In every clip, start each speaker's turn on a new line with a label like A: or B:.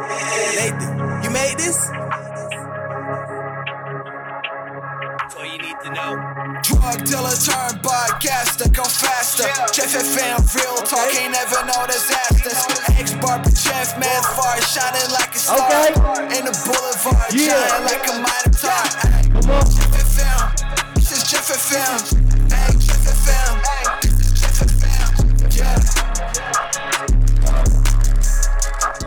A: made this. You made this?
B: That's all you need to know.
C: Drug dealer turned podcaster, go faster. Jeff FM, real talk, ain't never no disasters. Ex barber Jeff, man, far shining like a star.
D: Okay.
C: In the boulevard,
D: Yeah.
C: shining like a minor tar. Jeff FM, this is Jeff FM. Hey, Jeff FM, hey, this is Jeff FM. Yeah.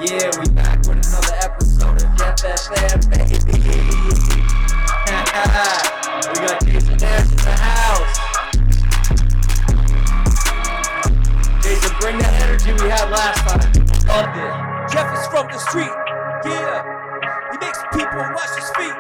E: Yeah, we back with another episode of Jeff FM, baby. we got Jason Nash in the house. Jason, bring that energy we had last time. Loved it.
B: Jeff is from the street. Yeah. He makes people wash his feet.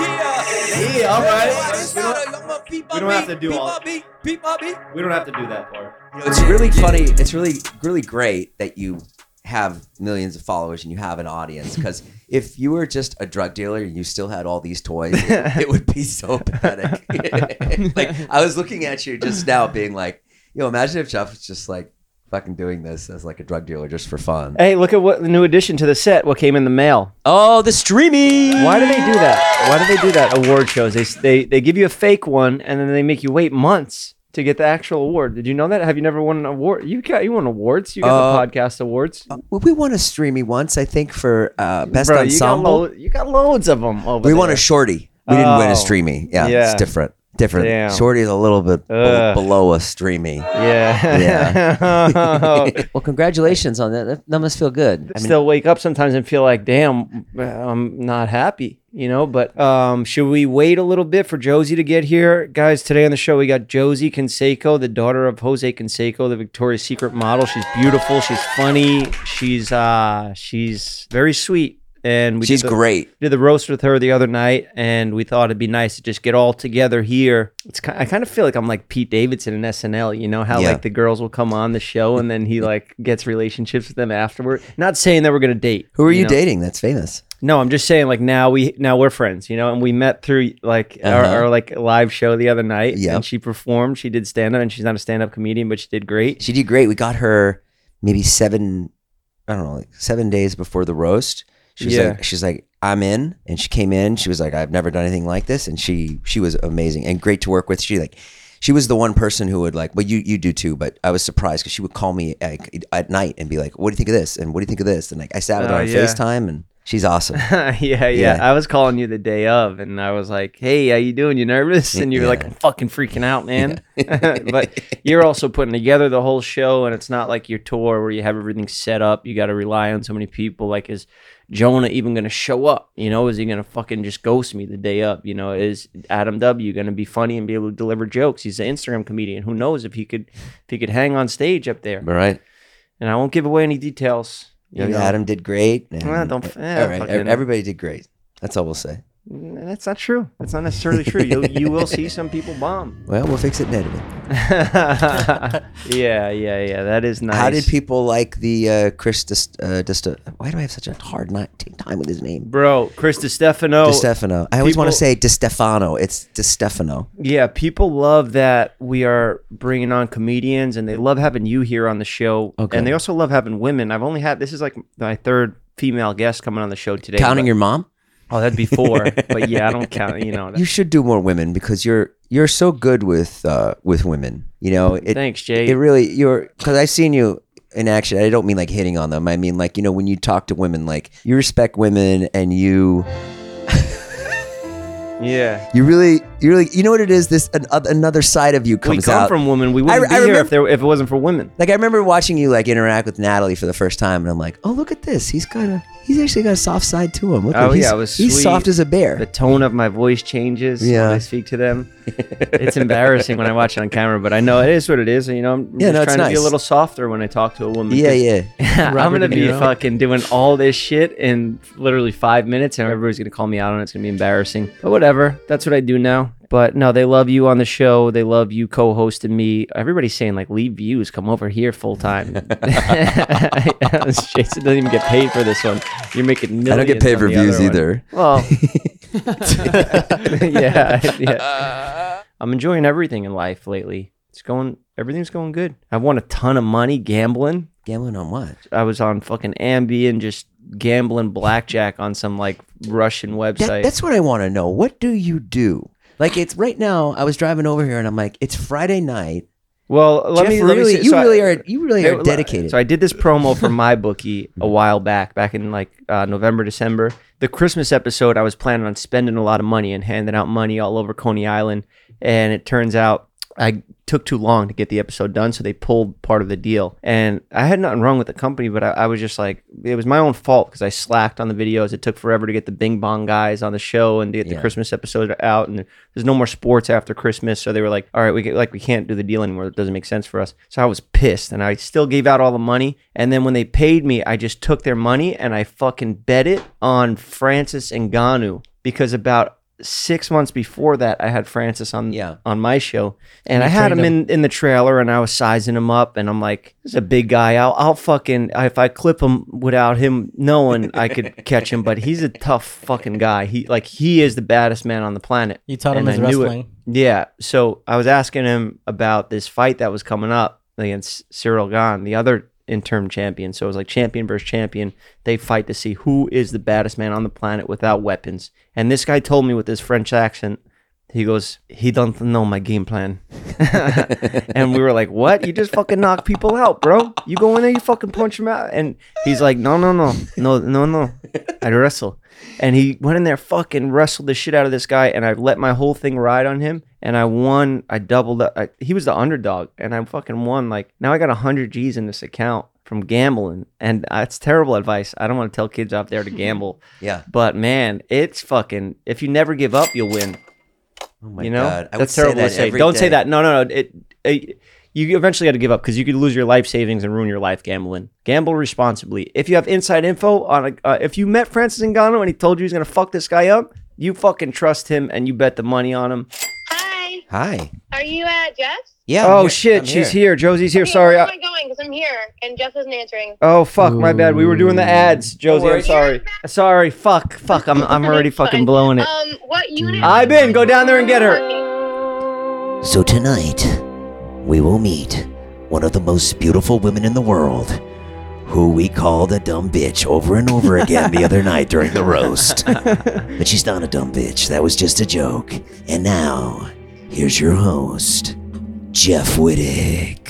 B: Yeah.
D: Yeah, all right.
B: Everybody's
D: We don't-
B: out of- I'm a peep
D: we
B: my
D: don't have
B: beat,
D: to do
B: peep
D: all-
B: my beat, peep my beat.
D: We don't have to do that part.
F: It's really funny. It's really, really great that you have millions of followers and you have an audience. Because if you were just a drug dealer and you still had all these toys, it, it would be so pathetic. like I was looking at you just now, being like, you know, imagine if Jeff was just like fucking doing this as like a drug dealer just for fun.
D: Hey, look at what the new addition to the set. What came in the mail?
G: Oh, the streamy.
D: Why do they do that? Why do they do that? Award shows. They, they they give you a fake one and then they make you wait months to get the actual award. Did you know that? Have you never won an award? You got you won awards. You got the
F: Uh,
D: podcast awards.
F: Well, we won a streamy once, I think, for uh, best
D: Bro, you got,
F: ensemble.
D: lo- you got loads of them. Over
F: we won
D: there.
F: a shorty. We didn't win
D: Oh,
F: a streamy. Yeah,
D: yeah.
F: it's different. Different.
D: Damn.
F: Shorty is a little bit be-
D: Ugh.
F: below a streamy.
D: yeah. Oh.
F: Yeah. well, congratulations on that. That, that must feel good. I mean,
D: still wake up sometimes and feel like, damn, I'm not happy, you know. But um, should we wait a little bit for Josie to get here, guys? Today on the show we got Josie Canseco, the daughter of Jose Canseco, the Victoria's Secret model. She's beautiful. She's funny. She's uh, she's very sweet. And we did
F: she's
D: the-
F: great.
D: did the roast with her the other night, and we thought it'd be nice to just get all together here. It's ki- I kind of feel like I'm like Pete Davidson in SNL, you know how
F: Yeah.
D: like the girls will come on the show and then he like gets relationships with them afterward. Not saying that we're gonna date.
F: Who are you,
D: know?
F: dating? That's famous.
D: No, I'm just saying like now we now we're friends, you know, and we met through like our,
F: Uh-huh.
D: our like live show the other night.
F: Yep.
D: and she performed. She did stand up, and she's not a stand up comedian, but she did great.
F: She did great. We got her maybe seven, I don't know, like seven days before the roast. She was
D: Yeah.
F: like, she's like, I'm in, and she came in. She was like, I've never done anything like this, and she she was amazing and great to work with. She like, she was the one person who would like, well, you you do too, but I was surprised because she would call me like at night and be like, What do you think of this? And what do you think of this? And like, I sat with her
D: Oh,
F: on
D: yeah.
F: Facetime, and she's awesome.
D: yeah, yeah,
F: Yeah.
D: I was calling you the day of, and I was like, "Hey, how you doing? You nervous?" And you were like,
F: Yeah.
D: "I'm fucking freaking out, man." but you're also putting together the whole show, and it's not like your tour where you have everything set up. You got to rely on so many people. Like, is Jonah even going to show up? You know, is he going to fucking just ghost me the day up? You know, is Adam W going to be funny and be able to deliver jokes? He's an Instagram comedian. Who knows if he could if he could hang on stage up there?
F: All right,
D: And I won't give away any details. you
F: yeah,
D: know.
F: Adam did great. and-
D: Well, don't f- eh,
F: all right,
D: fucking-
F: ev- everybody did great. That's all we'll say.
D: Mm, That's not true. That's not necessarily true. You you will see some people bomb.
F: Well, we'll fix it in editing.
D: yeah, yeah, yeah. That is nice.
F: How did people like the uh, Chris? Dis- uh, Dis- why do I have such a hard night, take time with his name?
D: Bro, Chris DiStefano.
F: Di Stefano. I always want to
D: Oh, people-
F: say Di Stefano. It's Di Stefano.
D: yeah, people love that we are bringing on comedians, and they love having you here on the show.
F: Okay.
D: And they also love having women. I've only had this is like my third female guest coming on the show today.
F: Counting
D: but-
F: your mom.
D: oh, that'd be four. but yeah, I don't count. You know.
F: You should do more women because you're you're so good with uh, with women. You know, it
D: thanks, Jay.
F: it really you're because I've seen you in action. I don't mean like hitting on them. I mean like you know when you talk to women, like you respect women and you
D: yeah.
F: you really you really you know what it is. This an, another side of you comes
D: We come
F: out.
D: from women. We wouldn't
F: I
D: be here
F: remember-
D: if there if it wasn't for women.
F: Like I remember watching you like interact with Natalie for the first time, and I'm like, oh look at this, he's got a he's actually got a soft side to him. Look
D: Oh,
F: at he's,
D: yeah, it was
F: he's
D: sweet.
F: soft as a
D: the
F: bear.
D: tone of my voice changes when
F: Yeah.
D: I speak to them. it's embarrassing when I watch it on camera, but I know it is what it is. You know, I'm
F: Yeah,
D: just
F: no, it's
D: trying to be a
F: nice.
D: little softer when I talk to a woman.
F: Yeah,
D: 'cause
F: yeah.
D: I'm
G: Robert
D: gonna
G: De
D: be
G: Niro.
D: fucking doing all this shit in literally five minutes, and everybody's gonna call me out on it. It's gonna be embarrassing, but whatever. That's what I do now. But no, they love you on the show. They love you co-hosting me. Everybody's saying like, leave views, come over here full time. Jason doesn't even get paid for this one. You're making millions. on the other one. Well, yeah, yeah. I'm enjoying everything in life lately. It's going, everything's going good. I won a ton of money gambling.
F: Gambling on what?
D: I was on fucking Ambien, just gambling blackjack on some like Russian
F: That-
D: website.
F: that's what I want to know. What do you do? Like it's right now. I was driving over here and I'm like, it's Friday night.
D: well, let
F: Jeff
D: me let me
F: really,
D: say-
F: you
D: so I-
F: really are, you really
D: Hey,
F: are
D: well,
F: dedicated. Mm-hmm.
D: So I did this promo for my bookie a while back, back in like uh, November, December. The Christmas episode, I was planning on spending a lot of money and handing out money all over Coney Island, and it turns out I took too long to get the episode done, so they pulled part of the deal. And I had nothing wrong with the company, but I, I was just like, it was my own fault because I slacked on the videos. It took forever to get the Bing Bong guys on the show and to get the
F: Yeah.
D: Christmas episode out, and there's no more sports after Christmas, so they were like, all right, we get, like we can't do the deal anymore. It doesn't make sense for us. So I was pissed, and I still gave out all the money. And then when they paid me, I just took their money and I fucking bet it on Francis and Ganu because about six months before that, I had Francis on
F: Yeah.
D: on my show, and I had him,
A: trained
D: in in the trailer, and I was sizing him up, and I'm like, this is a big guy. I'll I'll fucking if I clip him without him knowing, I could catch him. But he's a tough fucking guy. He like he is the baddest man on the planet.
A: You taught
D: And
A: him his
D: I knew it.
A: wrestling.
D: Yeah. So I was asking him about this fight that was coming up against Cyril Gahn, the other interim champion. So it was like champion versus champion. They fight to see who is the baddest man on the planet without weapons. And this guy told me with his French accent, he goes, he doesn't know my game plan. and we were like, what? You just fucking knock people out, bro. You go in there, you fucking punch them out. And he's like, no, no, no, no, no, no. I wrestle. And he went in there, fucking wrestled the shit out of this guy. And I let my whole thing ride on him. And I won. I doubled up. I, he was the underdog. And I fucking won. Like, now I got 100 G's in this account from gambling. And that's terrible advice. I don't want to tell kids out there to gamble.
F: yeah.
D: But man, it's fucking, if you never give up, you'll win
F: Oh my
D: you know,
F: god. I would
D: that's terrible
F: say that
D: to say.
F: every
D: Don't say
F: day.
D: that. No, no, no. It, it you eventually got to give up because you could lose your life savings and ruin your life gambling. Gamble responsibly. If you have inside info on, a, uh, if you met Francis Ngannou and he told you he's gonna fuck this guy up, you fucking trust him and you bet the money on him.
G: Hi,
F: Hi.
G: are you at Jeff's?
F: Yeah. I'm
D: oh
F: here.
D: shit,
F: I'm
D: she's here. Josie's here.
G: Okay,
D: Sorry.
G: Where am
D: I,
G: I going? Because I'm here and Jeff isn't answering.
D: oh fuck, my bad. We were doing the ads, Josie. I'm
F: worry.
D: sorry. Sorry. Fuck. Fuck. I'm I'm already
G: It's fine.
D: fucking blowing it.
G: Um, what unit?
D: Hi, Ben, go down there and get her.
C: So tonight, we will meet one of the most beautiful women in the world, who we called a dumb bitch over and over again the other night during the roast. but she's not a dumb bitch. That was just a joke. And now, here's your host, Jeff Wittig.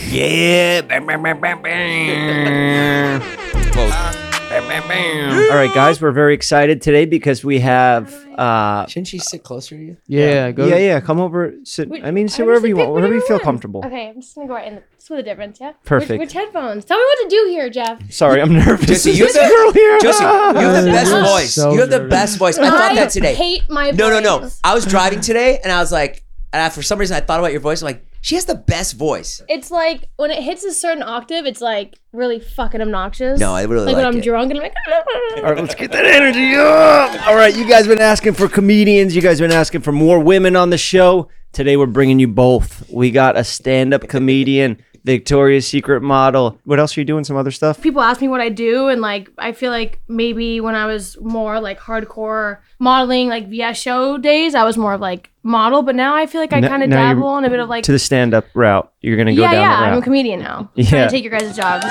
D: All right, guys, we're very excited today because we have uh,
F: Shouldn't she sit closer to you?
A: Yeah, go.
D: yeah, yeah. Come over. Sit.
H: Wait,
D: I mean, sit
H: I'm
D: wherever
H: just
D: you
H: gonna
D: want,
H: pick
D: wherever you
H: whatever
D: feel
H: one.
D: comfort't.
H: Okay, I'm just gonna go right in. The, split the difference, yeah.
D: Perfect.
H: Which headphones? Tell me what to do here, Jeff.
D: Sorry, I'm nervous.
F: Jesse,
D: Is
F: you
D: this
F: have the-
D: girl here?
F: Josie, you have the
H: Shut
F: best
H: up.
F: voice.
A: So
F: you have the
A: nervous.
F: best voice. I thought that today.
H: Hate my
F: No, no, no.
H: voice.
F: I was driving today and I was like, and I, for some reason I thought about your voice. I'm like, she has the best voice.
H: It's like when it hits a certain octave, it's like really fucking obnoxious.
F: No, I really
H: like when
F: like
H: I'm
F: it.
H: drunk and I'm
D: All
H: like.
D: right, let's get that energy up. All right, you guys been asking for comedians. You guys been asking for more women on the show. Today we're bringing you both. We got a stand-up comedian, Victoria's Secret model. What else are you doing? Some other stuff?
H: People ask me what I do, and like I feel like maybe when I was more like hardcore modeling, like VS show days, I was more of like model. But now I feel like I
D: N-
H: kind of
D: now you're
H: dabble in a bit of like
D: To the stand-up route. You're gonna go
H: yeah,
D: down
H: yeah.
D: that route.
H: I'm a comedian now.
D: Yeah.
H: Trying to take your guys' jobs.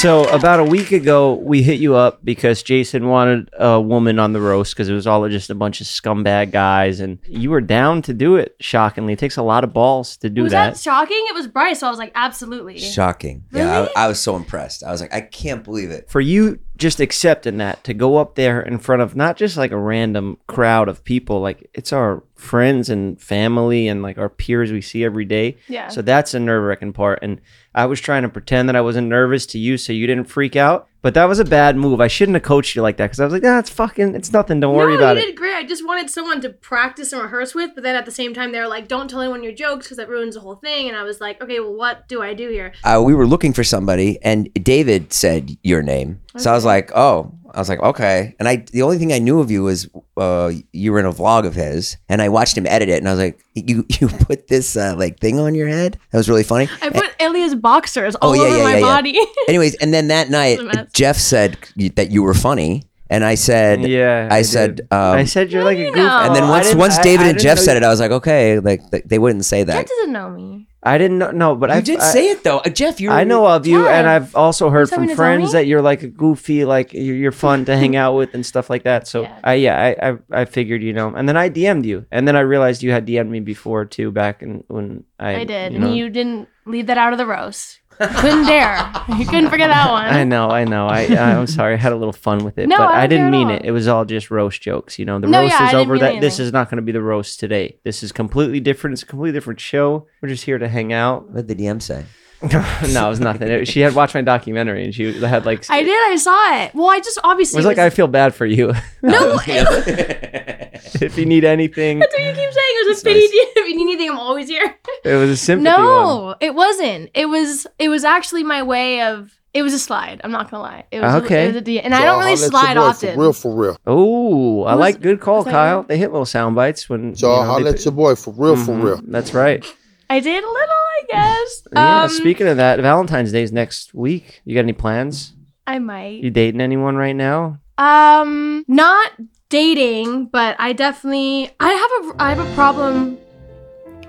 D: So about a week ago, we hit you up because Jason wanted a woman on the roast because it was all just a bunch of scumbag guys, and you were down to do it. Shockingly, it takes a lot of balls to do
H: was
D: that.
H: that shocking? It was Bryce, so I was like, absolutely.
F: Shocking. Yeah, I, I was so impressed. I was like, I can't believe it.
D: For you just accepting that to go up there in front of not just like a random crowd of people, like it's our friends and family and like our peers we see every day.
H: Yeah.
D: So that's a nerve wracking part. And I was trying to pretend that I wasn't nervous to you so you didn't freak out. But that was a bad move. I shouldn't have coached you like that because I was like, nah, it's fucking, it's nothing. Don't worry
H: no,
D: about
H: you
D: it.
H: did great. I just wanted someone to practice and rehearse with, but then at the same time, they were like, "Don't tell anyone your jokes because that ruins the whole thing." And I was like, "Okay, well, what do I do here?"
F: Uh, we were looking for somebody and David said your name. So I was like, oh, I was like, okay. And I, the only thing I knew of you was uh, you were in a vlog of his and I watched him edit it and I was like, you, you put this uh, like thing on your head. That was really funny.
D: Eh.
H: I put Elia's boxers
D: Oh,
H: all
F: yeah,
H: over
F: yeah,
H: my
F: yeah, yeah.
H: body.
F: Anyways, and then that night,
H: a mess.
F: Jeff said that you were funny, and I said,
D: Yeah.
F: I,
D: did.
F: said, um,
D: I said you're like a goof.
H: know.
F: and then
H: I
F: once once David and Jeff said it, I was like, okay, like th- they wouldn't say
H: Jeff
F: that.
H: doesn't know me.
D: I didn't know. No, but
F: You
D: I
F: did
D: I,
F: say it though, Uh, Jeff. You
D: I know of you, and
H: Yeah.
D: I've also heard from
H: something to tell
D: friends
H: me?
D: that you're like a goofy, like you're, you're fun to hang out with and stuff like that. So
H: Yeah.
D: I, yeah, I, I, I figured, you know, and then I DM'd you, and then I realized you had DM'd me before too, back in, when I,
H: I did.
D: you know.
H: and you didn't leave that out of the roast. Couldn't dare. You couldn't forget that one.
D: I know, I know. I, I I'm sorry. I had a little fun with it,
H: No,
D: but
H: I
D: I,
H: don't
D: didn't
H: care at
D: mean
H: all.
D: it. It was all just roast jokes. You know, the
H: No,
D: roast
H: yeah, I
D: is
H: didn't
D: over.
H: mean
D: That this
H: anything.
D: is not going to be the roast today. This is completely different. It's a completely different show. We're just here to hang out.
F: What did the DM say?
D: no, it was nothing. It- she had watched my documentary, and she had like.
H: I did. I saw it. Well, I just
D: It
H: obviously
D: was like I feel bad for you.
H: no.
D: if you need anything,
H: That's what you keep saying. It was a pity. If you need anything, I'm always here.
D: it was a sympathy
H: No, it wasn't. It was. It was actually my way of. It was a slide. I'm not gonna lie. It was.
D: Okay.
H: A, it was a D, and I don't really slide often.
A: For real, for real.
D: Oh, I
H: Who's-
D: like good call,
H: is that
D: Kyle.
H: you?
D: They hit little sound bites when.
A: So
D: you
A: I'll
D: know,
A: holler
D: they
A: at
D: put-
A: your boy for real, for
D: Mhm,
A: real.
D: That's right.
H: I did a little, I guess.
D: Yeah.
H: Um,
D: speaking of that, Valentine's Day's next week. You got any plans?
H: I might.
D: You dating anyone right now?
H: Um, not dating, but I definitely I have a I have a problem.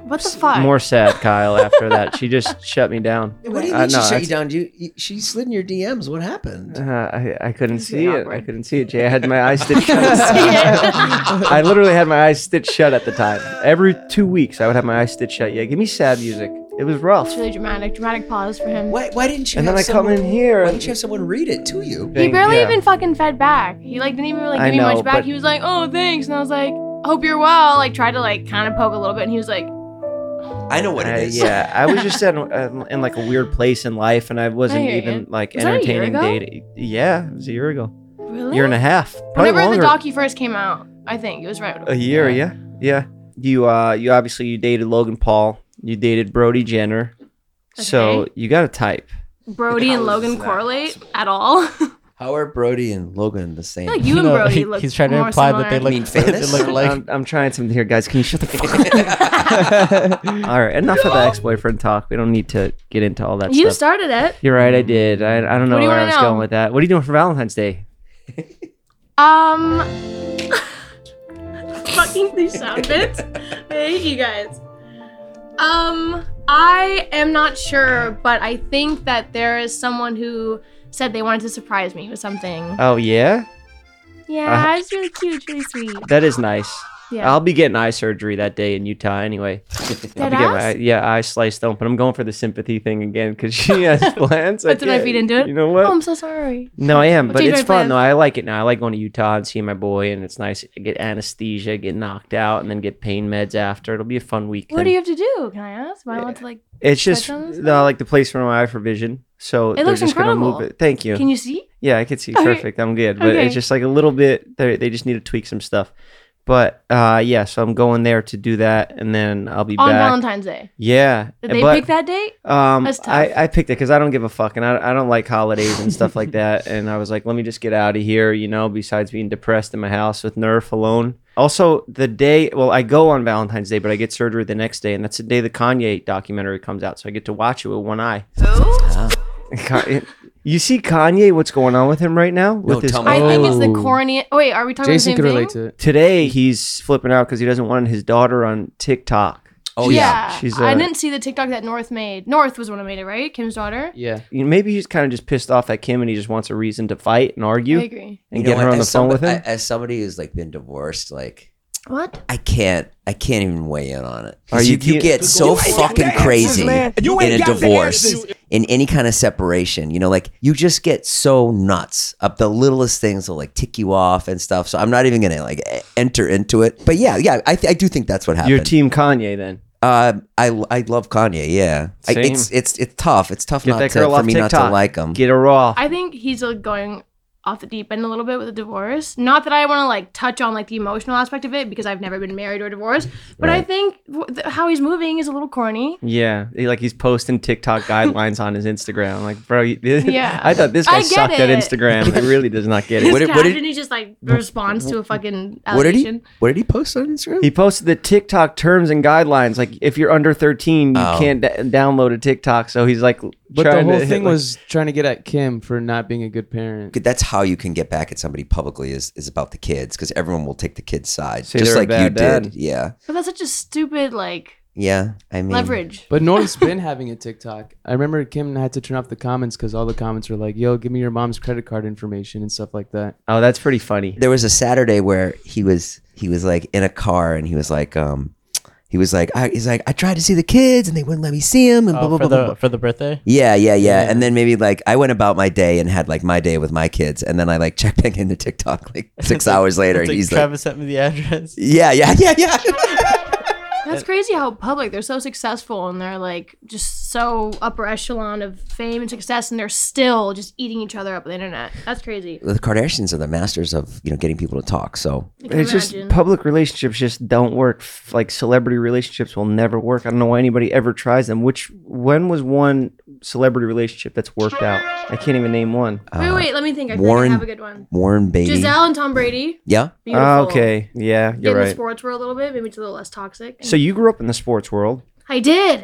H: What the fuck?
D: More sad, Kyle. After that, she just shut me down.
F: What do you
D: Uh,
F: mean she
D: no,
F: shut
D: that's-
F: you down? You, you she slid in your DMs. What happened?
D: Uh, I, I couldn't
H: This is
D: see it. I
H: awkward.
D: couldn't see it. Jay, I had my eyes stitched shut.
H: it.
D: I literally had my eyes stitched shut at the time. Every two weeks, I would have my eyes stitched shut. Yeah, give me sad music. It was rough.
H: It's really dramatic. Dramatic pause for him.
F: Why, why didn't you?
D: And
F: have
D: then I come
F: someone-
D: in here.
F: Why didn't you have someone read it to you?
H: He barely
D: Yeah.
H: even fucking fed back. He like didn't even really
D: I
H: give me
D: know,
H: much back.
D: but-
H: He was like, "Oh, thanks," and I was like, "Hope you're well." Like tried to like kind of poke a little bit, and he was like,
F: I know what
D: I-
F: it is.
D: yeah, I was just in, um, in like a weird place in life, and I wasn't
H: hear
D: even
H: you.
D: like
H: Was that a year
D: entertaining
H: ago?
D: dating. Yeah, it was a year ago,
H: "Really?"
D: year and a half, probably longer.
H: Whenever the docu first came out, I think it was right.
D: a year, yeah. yeah, You, uh, you obviously you dated Logan Paul, you dated Brody Jenner, so
H: Okay.
D: you got a type.
H: Brody and Logan correlate at all. I feel
F: How are Brody and Logan the same?
H: like you, and
I: know,
H: Brody
I: he-
H: look
I: he's trying to
H: more
I: imply that
H: similar.
I: they look,
F: Mean
I: they
F: famous?
I: look like.
D: I'm, I'm trying something here, guys. Can you shut the fuck up? all right, enough of the ex-boyfriend talk. We don't need to get into all that.
H: You
D: stuff.
H: started it.
D: You're right. I did. I, I don't know
H: What do you
D: where I
H: wanna
D: was
H: know?
D: going with that. What are you doing for Valentine's Day?
H: Um. fucking these sound bits. I hate you guys. Um, I am not sure, but I think that there is someone who said they wanted to surprise me with something.
D: Oh yeah.
H: yeah, it's really cute, it's really sweet.
D: That is nice.
H: Yeah.
D: uh-huh. I'll be getting eye surgery that day in Utah anyway. I'll
H: Dead
D: be getting my,
H: ass?
D: yeah, eye sliced open. I'm going for the sympathy thing again because she has plans. I
H: That's what I
D: can't-
H: feed into it.
D: You know
H: Oh,
D: what?
H: I'm so sorry.
D: No, I am,
H: I'll
D: but
H: change
D: it's fun
H: my plans.
D: though. I like it now. I like going to Utah and seeing my boy, and it's nice. I get anesthesia, get knocked out, and then get pain meds after. It'll be a fun weekend.
H: What do you have to do? Can I ask? Why I want to like?
D: It's just
H: Touch on this?
D: no, I like the place for my eye for vision. So they're
H: looks
D: just gonna
H: incredible.
D: move it. Thank you.
H: Can you see?
D: Yeah, I could see
H: Okay.
D: perfect. I'm good, but
H: Okay.
D: it's just like a little bit. They they just need to tweak some stuff. But uh, yeah, so I'm going there to do that, and then I'll be
H: On
D: back.
H: Valentine's Day.
D: yeah,
H: Did they
D: but,
H: pick that date?
D: Um,
H: That's tough.
D: I I picked it because I don't give a fuck, and I I don't like holidays and stuff like that. And I was like, let me just get out of here, you know. Besides being depressed in my house with Nerf alone. Also, the day well, I go on Valentine's Day, but I get surgery the next day, and that's the day the Kanye documentary comes out, so I get to watch it with one eye. Ka- You see Kanye, what's going on with him right now? With his
F: tell me.
H: I think it's the
I: Oh.
H: corny. Oh, wait, are we talking
I: Jason
H: about
I: could
H: the same
I: relate
H: thing?
I: to it.
D: today he's flipping out because he doesn't want his daughter on TikTok.
F: Oh yeah.
D: She's
H: I I
D: a-
H: didn't see the TikTok that North made. North was the one who made it, right? Kim's daughter.
I: Yeah.
D: You know, maybe he's kind of just pissed off at Kim and he just wants a reason to fight and argue
H: I agree.
D: and
F: You know
D: get her
F: what,
D: on the
F: as
D: phone with
F: somebody-
D: him.
F: I- as somebody who's like been divorced, like
H: What?
F: I can't, I can't even weigh in on it. 'Cause
D: Are
F: you,
D: you-
F: you, get so fucking crazy in a divorce, in any kind of separation. You know, like you just get so nuts. Up the littlest things will like tick you off and stuff. So I'm not even gonna like e- enter into it. But yeah, yeah, I, th- I do think that's what happened.
D: Your team Kanye then.
F: Uh, I I love Kanye. Yeah, I,
D: Same.
F: it's it's it's tough. It's tough
D: Get
F: not
D: that
F: to,
D: girl
F: for
D: off
F: me not to
D: TikTok.
F: like him.
D: Get her off.
H: I think he's like going off the deep end a little bit with the divorce. Not that I want to like touch on like the emotional aspect of it because I've never been married or divorced, but I
F: Right.
H: think w- th- how he's moving is a little corny.
D: yeah, he- like he's posting TikTok guidelines on his Instagram. Like, bro, you,
H: Yeah.
D: I thought this guy
H: I get
D: sucked at
H: it.
D: Instagram. He really does not get
H: His
D: it.
F: What did- what
H: caption
F: did-
H: is just like responds to a fucking
F: What did
H: allegation.
F: he What did he post on Instagram?
D: He posted the TikTok terms and guidelines. Like, if you're under 13, you
F: Oh.
D: can't d- download a TikTok. So he's like,
I: But
D: trying
I: the
D: to
I: whole
D: hit,
I: thing
D: like-
I: was trying to get at Kim for not being a good parent.
F: that's how you can get back at somebody publicly is, is about the kids because everyone will take the kid's side
D: Say
F: just
D: they're a
F: like you
D: bad dad.
F: did yeah
H: But that's such a stupid like
F: Yeah, I mean,
H: Leverage.
I: But Norton's been having a TikTok. I remember Kim had to turn off the comments because all the comments were like, "Yo, give me your mom's credit card information and stuff like that."
D: Oh, that's pretty funny.
F: There was a Saturday where he was he was like in a car and he was like um he was like I, he's like I tried to see the kids and they wouldn't let me see them and blah
A: Oh,
F: blah
A: for
F: blah, blah blah.
A: the for the birthday.
F: Yeah, yeah, yeah, And then maybe like I went about my day and had like my day with my kids, and then I like checked back into TikTok like six
A: It's like-
F: hours later, and
A: it's like
F: he's like,
A: Travis sent me the address.
F: yeah, yeah, yeah, yeah.
H: That's crazy how public they're so successful and they're like just so upper echelon of fame and success and they're still just eating each other up on the internet. That's crazy.
F: the Kardashians are the masters of you know getting people to talk. So
H: I can
D: It's just
H: imagine.
D: public relationships just don't work. F- Like celebrity relationships will never work. I don't know why anybody ever tries them. Which when was one celebrity relationship that's worked out? I can't even name one. Ah,
H: wait,
F: uh,
H: wait, let me think. I think I
F: Warren-
H: have a good one.
F: Warren Beatty,
H: Giselle and Tom Brady.
F: yeah,
H: Beautiful.
D: Ah, okay, yeah,
H: Get
D: you're
H: in the
D: right.
H: sports world a little bit, maybe it's a little less toxic.
D: So you grew up in the sports world.
H: I did.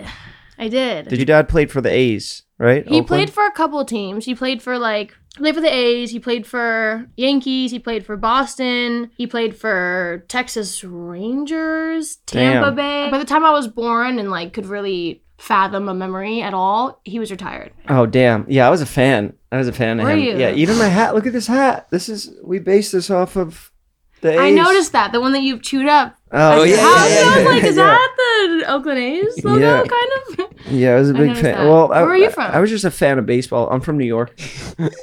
H: I did.
D: Did your dad played for the A's, right?
H: He
D: Oakland?
H: played for a couple of teams. He played for like he played for the A's. He played for Yankees. He played for Boston. He played for Texas Rangers, Tampa
D: Damn.
H: Bay. By the time I was born and like could really fathom a memory at all, he was retired.
D: Oh damn! Yeah, I was a fan. I was a fan of
H: Were
D: him.
H: you?
D: Yeah, even my hat. Look at this hat. This is we based this off of the. A's.
H: I noticed that the one that you chewed up.
D: Oh
F: yeah, yeah,
H: How- I was
F: yeah,
H: like, is
D: yeah.
H: that the Oakland A's logo?
D: Yeah.
H: Kind of.
D: Yeah, I was a
H: I
D: big
H: noticed
D: fan.
H: that.
D: Well, I,
H: Where are you from?
D: I was just a fan of baseball. I'm from New York.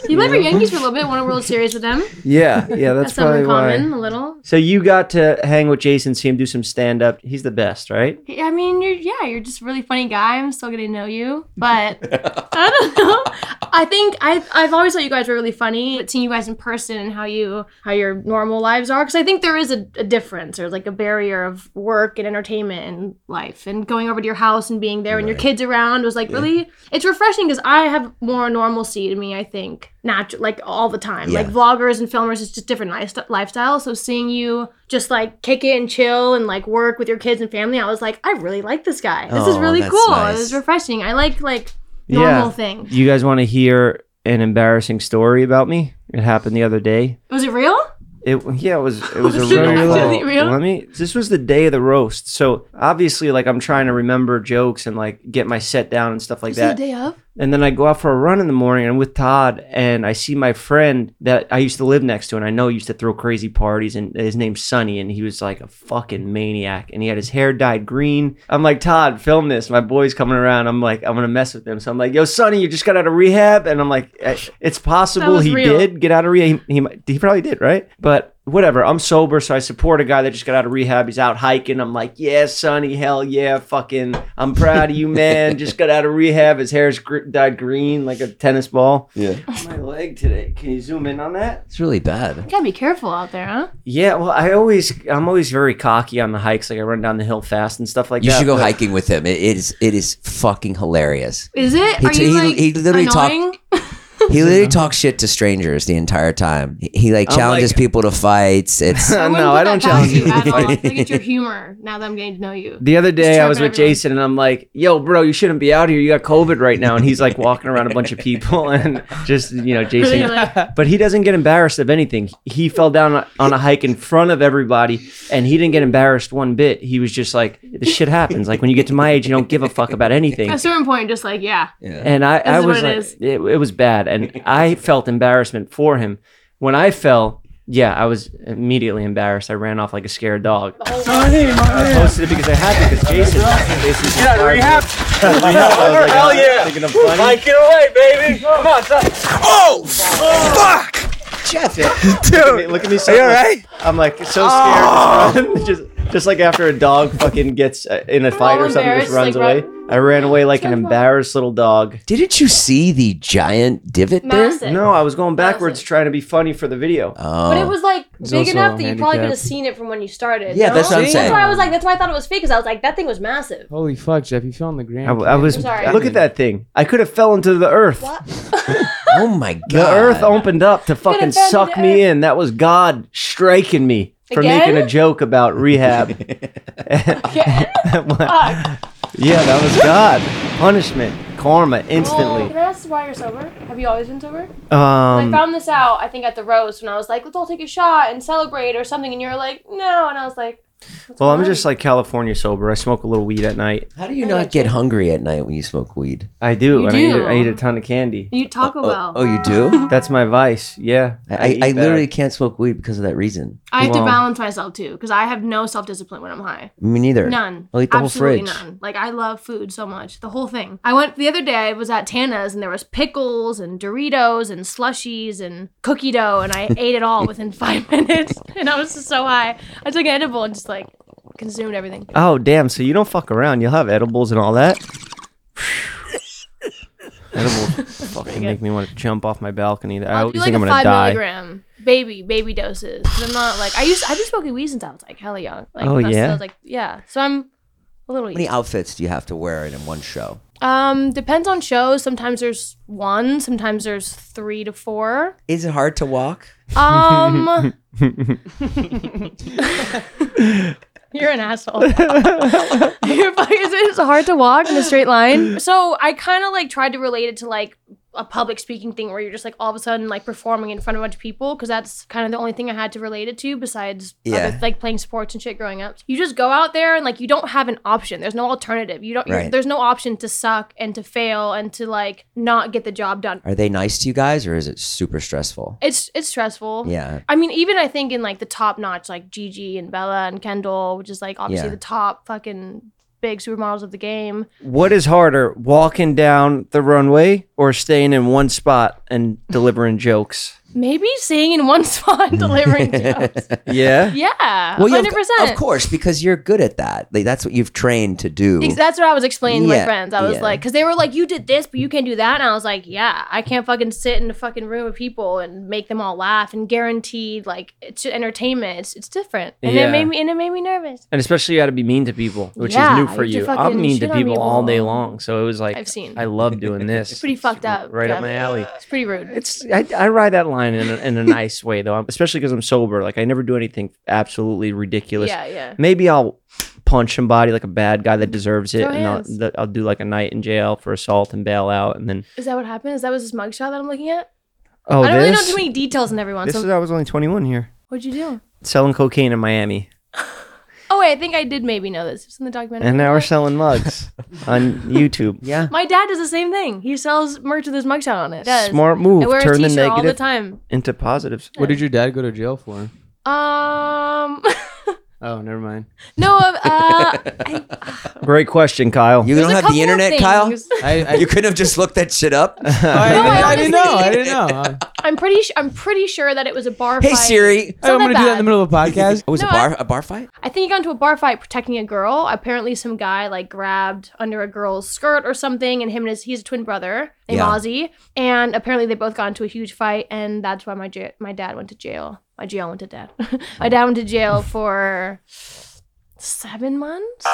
H: He played for Yankees for a little bit. Won a World Series with them.
D: Yeah, yeah, that's,
H: That's,
D: probably
H: something
D: why.
H: common. A little.
D: So you got to hang with Jason, see him do some stand up. He's the best, right?
H: I mean, you're yeah, you're just a really funny guy. I'm still getting to know you, but I don't know. I think I I've always thought you guys were really funny, but seeing you guys in person and how you how your normal lives are, because I think there is a, a difference. There's like a barrier of work and entertainment and life, and going over to your house and being there and your kids around was like really it's refreshing because I have more normalcy to me. I think not like all the time,
F: Yeah.
H: like vloggers and filmers it's just different lifest- lifestyle so seeing you just like kick it and chill and like work with your kids and family i was like i really like this guy this is
F: Oh,
H: really
F: that's
H: cool
F: nice.
H: it was refreshing i like like normal
D: Yeah.
H: things
D: You guys want to hear an embarrassing story about me? It happened the other day.
H: was it real
D: It yeah, it was it was a
H: Was it
D: real.
H: actually real?
D: Let me. This was the day of the roast, so obviously, like I'm trying to remember jokes and like get my set down and stuff like
H: was
D: that.
H: it the day of
D: And then I go out for a run in the morning and I'm with Todd and I see my friend that I used to live next to and I know used to throw crazy parties and his name's Sonny and he was like a fucking maniac and he had his hair dyed green. I'm like, Todd, film this. My boy's coming around. I'm like, I'm gonna mess with him. So I'm like, yo, Sonny, you just got out of rehab. And I'm like, "Eh, it's possible
H: was
D: he
H: real.
D: did get out of rehab. He, he, might- he probably did, right? But whatever, I'm sober, so I support a guy that just got out of rehab. He's out hiking. I'm like, yeah, Sonny, hell yeah, fucking, I'm proud of you, man. Just got out of rehab. His hair's gr- dyed green like a tennis ball.
F: yeah.
D: My leg today. Can you zoom in on that?
F: It's really bad.
H: you gotta be careful out there huh
D: Yeah, well, I always, I'm always very cocky on the hikes. Like I run down the hill fast and stuff like
F: You
D: that.
F: should go
D: but-
F: hiking with him. It, it is it is fucking hilarious.
H: is it
F: He
H: are
F: t-
H: you
F: he-
H: like
F: he literally talked-
H: annoying?
F: He literally talks shit to strangers the entire time. He, he, like
D: I'm
F: challenges
D: like-
F: people to fights. It's
H: I
D: no, I don't challenge
H: you
D: you.
H: at all. I think it's your humor now that I'm getting to know you.
D: The other day I was
H: tripping
D: with
H: everyone.
D: Jason and I'm like, "Yo, bro, you shouldn't be out here. You got COVID right now." And he's like walking around a bunch of people and just, you know, Jason.
H: Really, like,
D: But he doesn't get embarrassed of anything. He fell down on a hike in front of everybody and he didn't get embarrassed one bit. He was just like, "The shit happens. Like when you get to my age, you don't give a fuck about anything."
H: at a certain point, just like yeah,
D: And I, I
H: is what
D: was
H: it
D: like,
H: is.
D: it, it was bad, and I felt embarrassment for him. When I fell, yeah, I was immediately embarrassed. I ran off like a scared dog. I posted it because I had to, because Jason, Jason, get out of rehab. Hell yeah! Thinking of funny.
F: Oh!
D: Oh!
C: Jeff,
D: Look at me- look at me. So all right? I'm like so scared. Just, run. just just like after a dog fucking gets uh, in a fight or something, just
H: embarrassed,
D: runs
H: like,
D: away. I ran away like an embarrassed little dog.
F: didn't you see the giant divot there?
H: massive.
D: No, I was going backwards trying to be funny for the video.
F: Oh,
H: But it was like big
I: also
H: enough that you probably
I: handicapped.
H: could have seen it from when you started.
F: Yeah,
H: no?
F: that's what I'm saying.
H: That's why I was like, that's why I thought it was fake, because I was like, that thing was massive.
I: Holy fuck, Jeff! You fell on the ground.
D: I, I was
H: I'm sorry.
D: look at that thing. I could have fell into the earth.
H: What?
F: oh my god!
D: The earth opened up to
H: have
D: fucking
H: fell into
D: suck
H: the
D: me in. That was God striking me for making
H: Again?
D: a joke about rehab.
H: Fuck.
D: yeah, that was God. Punishment, karma,
H: Can
D: instantly.
H: I ask why you're sober? Have you always been sober? I
D: Um,
H: found this out, I think, at the roast when I was like, let's all take a shot and celebrate or something, and you were like, no, and I was like,
D: Well, I'm just like California sober. I smoke a little weed at night.
F: How do you not get hungry at night when you smoke weed?
D: I do.
H: You
D: and I, eat
H: do.
D: a, I eat a ton of candy.
H: You Taco
F: Oh,
H: Bell.
F: oh, you do?
D: That's my vice. Yeah.
F: I,
D: eat
F: I, I
D: bad.
F: literally can't smoke weed because of that reason.
H: I have to
D: Wow.
H: balance myself too because I have no self discipline when I'm high.
F: Me neither.
H: None.
F: I'll eat the whole
H: Absolutely
F: fridge.
H: none. Like I love food so much, the whole thing. I went the other day. I was at Tana's and there was pickles and Doritos and slushies and cookie dough, and I ate it all within five minutes. And I was just so high. I took an edible and just like consumed everything.
D: Oh, damn. So you don't fuck around. You'll have edibles and all that. edibles fucking make me want to jump off my balcony. I
H: I'll
D: always
H: do like
D: think
H: a
D: I'm going to
H: five
D: die.
H: milligram baby baby doses. 'Cause I'm not like I used. I've been smoking weed since I was like hella young. Like,
D: Oh,
H: that's-
D: yeah?
H: I was like yeah. So I'm a little.
F: How many outfits do you have to wear in one show?
H: Um, depends on shows. Sometimes there's one, sometimes there's three to four.
F: Is it hard to walk?
H: Um, you're an asshole. You're fucking- it's hard to walk in a straight line. So I kind of like tried to relate it to like a public speaking thing where you're just like all of a sudden like performing in front of a bunch of people because that's kind of the only thing I had to relate it to besides other-
F: Yeah.
H: like playing sports and shit growing up. You just go out there and like you don't have an option. There's no alternative. You don't. you're-
F: Right.
H: There's no option to suck and to fail and to like not get the job done.
F: Are they nice to you guys or is it super stressful?
H: It's it's stressful.
F: Yeah.
H: I mean, even I think in like the top notch, like Gigi and Bella and Kendall, which is like obviously
F: Yeah.
H: the top fucking big supermodels of the game.
D: What is harder, walking down the runway or staying in one spot and delivering jokes?
H: Maybe seeing in one spot and delivering jokes.
D: Yeah.
H: Yeah,
F: Well,
H: Uh, hundred
F: you've-
H: percent.
F: Of course, because you're good at that. Like, that's what you've trained to do.
H: Ex- That's what I was explaining to
F: Yeah,
H: my friends. I was
F: yeah.
H: like, because they were like, "You did this, but you can't do that," and I was like, "Yeah, I can't fucking sit in a fucking room of people and make them all laugh and guaranteed like it's just entertainment. It's it's different." And
D: Yeah.
H: it made me and it made me nervous.
D: And especially you got to be mean to people, which
H: Yeah,
D: is new for
H: you
D: you.
H: have to
D: I'm
H: fucking
D: mean to
H: shit on
D: people all
H: people.
D: day long. So it was like,
H: I've seen.
D: I love doing this.
H: It's pretty fucked up.
D: Right
H: Jeff.
D: up my alley.
H: It's pretty rude.
D: It's I, I ride that line in a, in a nice way though, especially because I'm sober. Like I never do anything absolutely ridiculous.
H: yeah, yeah.
D: Maybe I'll punch somebody like a bad guy that deserves it,
H: Throw
D: and I'll,
H: hands.
D: th- I'll do like a night in jail for assault and bail out, and then
H: Is that what happened? Is that was this mugshot that I'm looking at?
D: oh,
H: I don't
D: this,
H: really know too many details in everyone.
D: this
H: So
D: is I was only 21 here,
H: what'd you do?
D: selling cocaine in Miami,
H: Oh wait, I think I did maybe know this. It's in the documentary.
D: and now we're selling mugs on YouTube.
F: yeah.
H: My dad does the same thing. He sells merch with his mugshot on it. Does.
D: Smart move.
H: I wear a
D: Turn the
H: t-shirt all the
D: negative
H: time.
D: into positives.
I: What did your dad go to jail for?
H: Um,
I: Oh, never mind.
H: no, uh, I,
D: Great question, Kyle.
F: You
H: there's
F: don't
H: a
F: have
H: couple
F: the
H: of
F: internet, Kyle?
H: things.
I: I, I,
F: You couldn't have just looked that shit up?
I: I,
H: No, I
I: I didn't know. I
H: honestly-
I: didn't know. I,
H: I'm pretty. Sh- I'm pretty sure that it was a bar
F: hey,
H: fight.
F: Siri.
H: not
I: I'm
H: that
I: gonna do that in
H: bad.
I: the middle of a podcast.
F: It
D: Oh,
F: was
H: No,
F: a bar a bar fight?
H: I think he got into a bar fight protecting a girl. Apparently, some guy like grabbed under a girl's skirt or something, and him and his he's a twin brother named
F: Yeah.
H: Ozzy, and apparently they both got into a huge fight, and that's why my ja- my dad went to jail. My jail went to dad. my dad went to jail for seven months,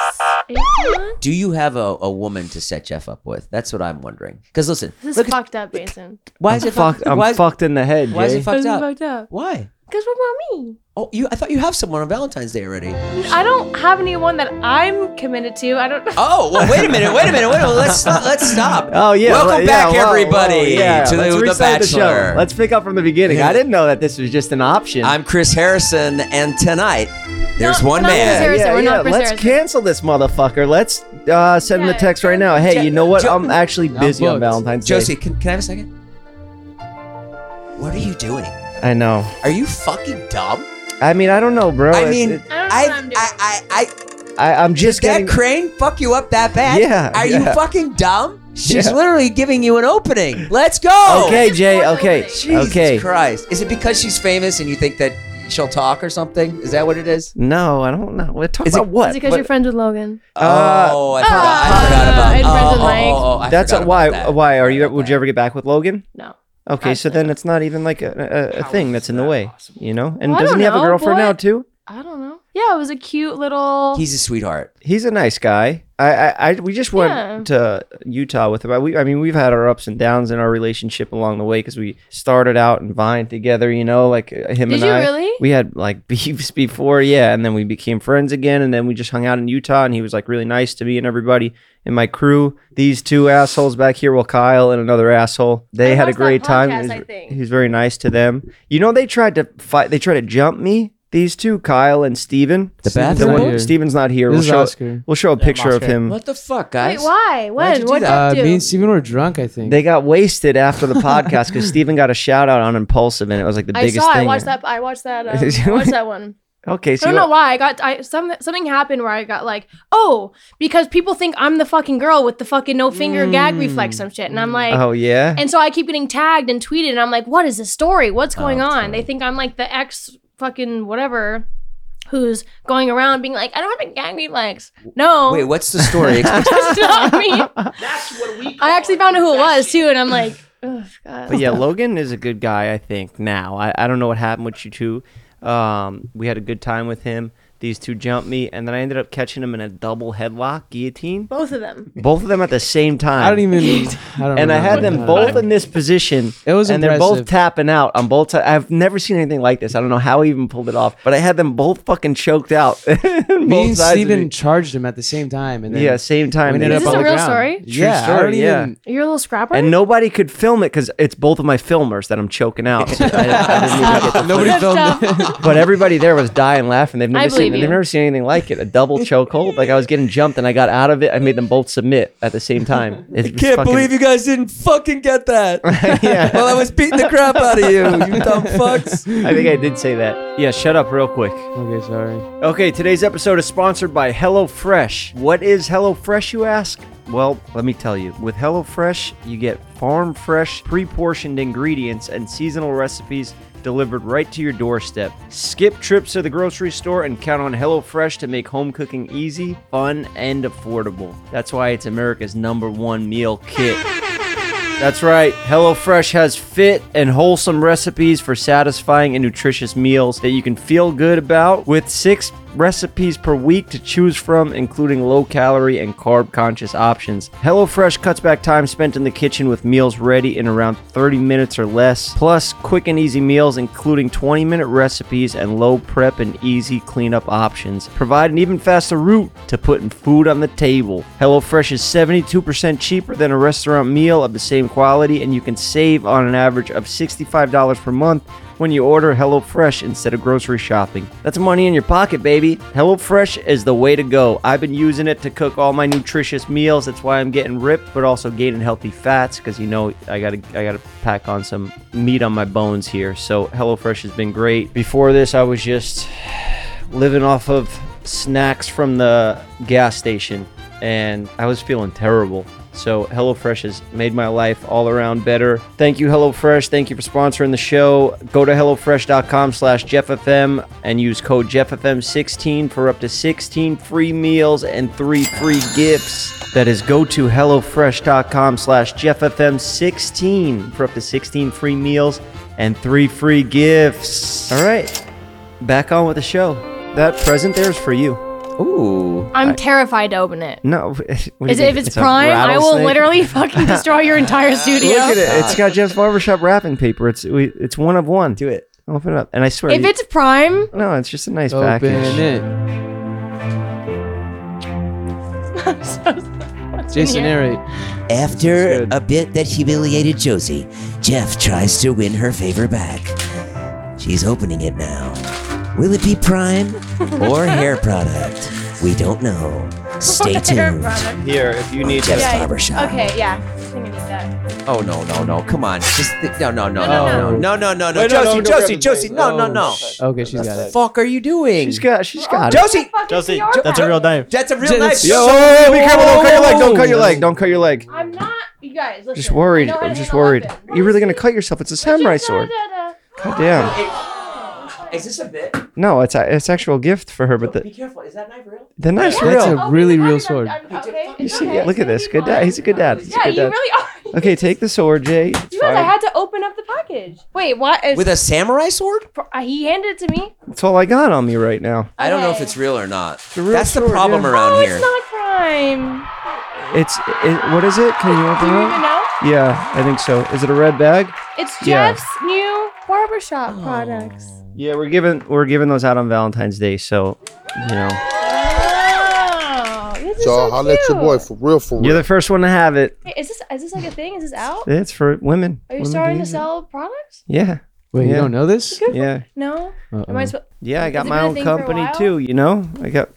H: eight months.
F: Do you have a, a woman to set Jeff up with? That's what I'm wondering. Because listen,
H: This is
F: look,
H: fucked up, Jason.
F: why is it
D: Fuck,
F: fucked?
D: I'm
F: why, is-
D: fucked in the head,
F: why is
D: Jay.
F: it fucked
H: this
F: up?
H: is fucked up.
F: Why?
H: Because what about me?
F: Oh, you. I thought you have someone on Valentine's Day already.
H: I don't have anyone that I'm committed to. I don't.
F: Oh, well, wait a minute, wait a minute, wait a minute. Let's stop. Let's stop.
D: Oh yeah!
F: Welcome
D: well, yeah,
F: back,
D: whoa, whoa,
F: everybody,
D: yeah.
F: to
D: Let's
F: the, the
D: restart show.
F: Bachelor.
D: Let's pick up from the beginning. I didn't know that this was just an option.
F: I'm Chris Harrison, and tonight there's
H: No,
F: one
H: no,
F: man.
H: Harrison, we're not Chris
D: Let's
H: Harrison.
D: cancel this motherfucker. Let's uh, send him a
H: Yeah.
D: text right now. Hey, you know what?
F: Jo-
D: I'm actually busy on
I: booked.
D: Valentine's Day.
F: Josie, can, can I have a second? What are you doing?
D: I know.
F: Are you fucking dumb?
D: I mean, I don't know, bro.
F: I
D: It-
F: mean,
D: it-
H: I don't know
F: I,
H: what I'm doing.
F: I, I, I,
D: I, I'm just
F: that
D: getting.
F: crane fuck you up that bad?
D: Yeah,
F: Are you
D: yeah.
F: fucking dumb? She's
D: Yeah.
F: literally giving you an opening. Let's go.
D: okay,
H: Just
D: Jay.
H: one
D: Okay,
H: opening.
F: oh. Jesus
D: okay.
F: Christ. Is it because she's famous and you think that she'll talk or something? Is that what it is?
D: No, I don't know. We're talking
F: Is it-
D: about what?
H: Is it because
D: What-
H: you're friends with Logan?
D: Uh,
F: oh, I forgot. I forgot
H: uh,
F: about.
H: and friends with
F: oh,
H: Mike.
F: oh, oh, oh, I
D: That's
F: forgot
D: a,
F: about
D: why.
F: that.
D: Why are
F: Forgot
D: you?
F: about
D: Would
F: that.
D: you ever get back with Logan?
H: No.
D: Okay, so then it's not even like a, a, a thing that's in the way, you know. And
H: Well, I
D: doesn't
H: don't
D: he have a
H: know,
D: girlfriend
H: boy.
D: now too?
H: I don't know. Yeah, it was a cute little.
F: He's a sweetheart.
D: He's a nice guy. I, I, I we just went
H: Yeah.
D: to Utah with him. I- We, I mean, we've had our ups and downs in our relationship along the way because we started out in Vine together. You know, like uh, him
H: Did
D: and
H: you
D: I.
H: really?
D: We had like beefs before, yeah, and then we became friends again, and then we just hung out in Utah, and he was like really nice to me and everybody in my crew. These two assholes back here, well, Kyle and another asshole, they
H: I
D: had a
H: watched that
D: great time.
H: podcast,
D: He was-
H: I think.
D: He was very nice to them. You know, they tried to fight. They tried to jump me These two, Kyle and Steven.
F: The
D: Steven's
F: bathroom?
D: not
I: Here.
D: Steven's not here.
I: This
D: We'll
I: is
D: show,
I: Oscar.
D: we'll show a picture of
A: Oscar.
D: him.
F: What the fuck, guys?
H: Wait, why?
F: Why'd
H: When?
F: you do
H: What did
F: that?
H: I
I: Uh,
H: do?
I: me and Steven were drunk, I think.
D: They got wasted after the podcast because Steven got a shout out on Impulsive, and it was like the
H: I
D: biggest
H: saw.
D: thing.
H: I watched that. I watched that. Um, I watched that one.
D: Okay, so
H: I don't
D: you-
H: know why I got I some something happened where I got like oh because people think I'm the fucking girl with the fucking no finger gag reflex some shit and I'm like
D: oh yeah,
H: and so I keep getting tagged and tweeted and I'm like what is this story what's going on they think I'm like the ex fucking whatever who's going around being like I don't have a gag reflex no
F: Wait, what's the story?
H: that's not me I actually found out who it was too and I'm like oh god
D: but yeah, Logan is a good guy. I think now I, I don't know what happened with you two. Um, we had a good time with him. These two jumped me, and then I ended up catching him in a double headlock guillotine.
H: both of them
D: Both of them at the same time.
I: I don't even. I don't
D: And I had
I: remember.
D: them both in this position.
I: It was
D: and they're both
I: impressive.
D: tapping out on both sides. I've never seen anything like this. I don't know how he even pulled it off, but I had them both fucking choked out.
I: Me and Steven charged him at the same time, and then
D: Yeah, same time.
I: we
D: they
I: ended
H: Is
I: up
H: this
I: on
H: a
I: the
H: real
I: ground.
H: story?
I: True
D: Yeah, I
I: story,
D: already-
I: yeah.
D: yeah.
H: you're a little scrapper
D: and nobody could film it because it's both of my filmers that I'm choking out. So I- I didn't even get to-
I: Nobody
H: That's
I: filmed
H: tough.
I: it.
D: but everybody there was dying laughing. They've
H: I
D: never
H: believe
D: seen they've
H: you.
D: never seen anything like it. A double chokehold. Like I was getting jumped and I got out of it. I made them both submit at the same time. It's
F: Can't believe you guys didn't fucking get that.
D: Yeah.
F: Well, I was beating the crap out of you, you dumb fucks.
D: I think I did say that. Yeah, shut up real quick.
I: Okay, sorry.
D: Okay, today's episode is sponsored by HelloFresh. What is HelloFresh, you ask? Well, let me tell you. With HelloFresh, you get farm fresh, pre portioned ingredients and seasonal recipes delivered right to your doorstep. Skip trips to the grocery store and count on HelloFresh to make home cooking easy, fun, and affordable. That's why it's America's number one meal kit. That's right. HelloFresh has fit and wholesome recipes for satisfying and nutritious meals that you can feel good about with six recipes per week to choose from, including low calorie and carb conscious options. HelloFresh cuts back time spent in the kitchen with meals ready in around 30 minutes or less, plus quick and easy meals, including 20 minute recipes and low prep and easy cleanup options, provide an even faster route to putting food on the table. HelloFresh is 72% cheaper than a restaurant meal of the same quality, and you can save on an average of $65 per month when you order HelloFresh instead of grocery shopping. That's money in your pocket, baby. HelloFresh is the way to go. I've been using it to cook all my nutritious meals. That's why I'm getting ripped, but also gaining healthy fats because you know I gotta I gotta pack on some meat on my bones here. So HelloFresh has been great. Before this, I was just living off of snacks from the gas station and I was feeling terrible. So HelloFresh has made my life all around better. Thank you, HelloFresh. Thank you for sponsoring the show. Go to HelloFresh.com slash JeffFM and use code JeffFM16 for up to 16 free meals and three free gifts. That is go to HelloFresh.com slash JeffFM16 for up to 16 free meals and three free gifts. All right back on with the show. That present there is for you.
F: Ooh.
H: I'm terrified to open it.
D: No, what do you
H: Is it,
D: think?
H: if it's,
D: a
H: prime, I will
D: rattlesnake?
H: literally fucking destroy your entire studio.
D: Look at it. It's got Jeff's barbershop wrapping paper. It's we, it's one of one. Do
F: it.
D: Open it up, and I swear.
H: If
D: you-
H: it's prime,
D: no, it's just a nice
I: Open
D: package.
I: it.
H: I'm so-
I: Jason,
H: here?
I: narrate.
C: After a bit that humiliated Josie, Jeff tries to win her favor back. She's opening it now. Will it be prime or hair product? We don't know. Stay tuned.
D: Here, if you need
C: Jeff's
H: Yeah,
C: barbershop.
H: okay, yeah. I think I need that.
F: Oh no no no! Come on, just th- no no no
I: No,
F: no no no no no Josie Josie Josie no no no!
I: Okay, she's got it.
F: Fuck, are you doing?
D: she's got she's got it.
F: Josie,
A: Josie, that's a real name.
F: that's a real knife.
D: Yo, be careful! Don't cut your leg! Don't cut your leg! Don't cut your leg!
H: I'm not, you guys, listen.
D: Just worried. I'm just worried. You're really gonna cut yourself? It's a samurai sword. God damn!
F: Is this a bit?
D: No, it's a, it's actual gift for her, but the
F: Be careful. Is that knife real?
D: the knife's
I: That's
D: real.
I: a really real sword.
D: You see- yeah, look at this. Good dad. He's a good dad. He's a
H: Yeah,
D: good
H: you
D: dad.
H: really are.
D: Okay, take the sword, Jay. It's
H: You guys, I
D: fine.
H: had to open up the package. Wait, what? Is,
F: With a samurai sword?
H: uh, he handed it to me.
D: That's all I got on me right now.
F: I don't know if
H: Okay.
F: it's real or not.
D: a real
F: That's the
D: sword,
F: problem
D: yeah.
F: around
H: Oh,
F: here.
H: it's not prime.
D: It's it, what is it? Can you
H: Do
D: open
H: you
D: it?
H: even
D: up?
H: know?
D: Yeah, I think so. Is it a red bag?
H: It's
D: Yeah.
H: Jeff's new barbershop products.
D: Yeah, we're giving we're giving those out on Valentine's Day, so you know
H: Oh, this is
J: So
H: so
J: holla at your
H: cute.
J: boy for real, for
D: you're
J: real.
D: the first one to have it.
H: Wait, is this is this like a thing? Is this out?
D: It's for women.
H: Are you
D: Women
H: starting to
D: getting it.
H: sell products?
D: Yeah,
I: Wait, you
D: Yeah.
I: don't know this?
D: Yeah.
H: No? Am
I: Uh-oh.
H: I supposed
D: Yeah, I got
H: it
D: my
H: been a
D: own
H: thing for a
D: company
H: while?
D: too, you know? I got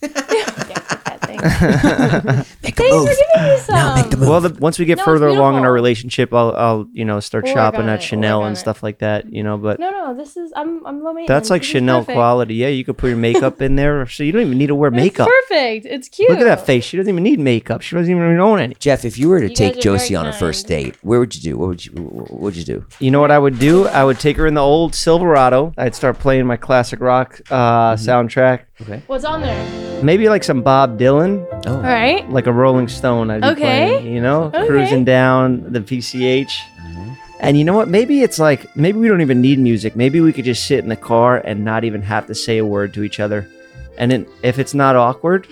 H: that thing? Thanks for giving me some.
D: Well, Oh. the, once we get
H: No, it's
D: further along in our
H: beautiful.
D: relationship, I'll I'll, you know, start
H: We'll work
D: shopping
H: on
D: at
H: it, we'll
D: Chanel
H: work on
D: and
H: it.
D: stuff like that, you know, but
H: no, no, this is I'm I'm low maintenance.
D: that's like
H: This is
D: Chanel
H: perfect.
D: quality. Yeah, you could put your makeup in there so you don't even need to wear
H: It's
D: makeup.
H: perfect. It's cute.
D: Look at that face. She doesn't even need makeup. She doesn't even own any.
F: Jeff, if you were to
H: You
F: take
H: guys are very
F: Josie on a first date, where would you do? What would you? What would you do?
D: You know what I would do? I would take her in the old Silverado. I'd start playing my classic rock uh,
H: Mm-hmm.
D: soundtrack.
H: What's on there?
D: Maybe like some Bob Dylan,
F: Oh,
H: All right.
D: like a Rolling Stone. I'd be
H: Okay.
D: playing, you know,
H: Okay. Mm-hmm.
D: cruising down the PCH. And you know what? Maybe it's like maybe we don't even need music. Maybe we could just sit in the car and not even have to say a word to each other. And then if it's not awkward,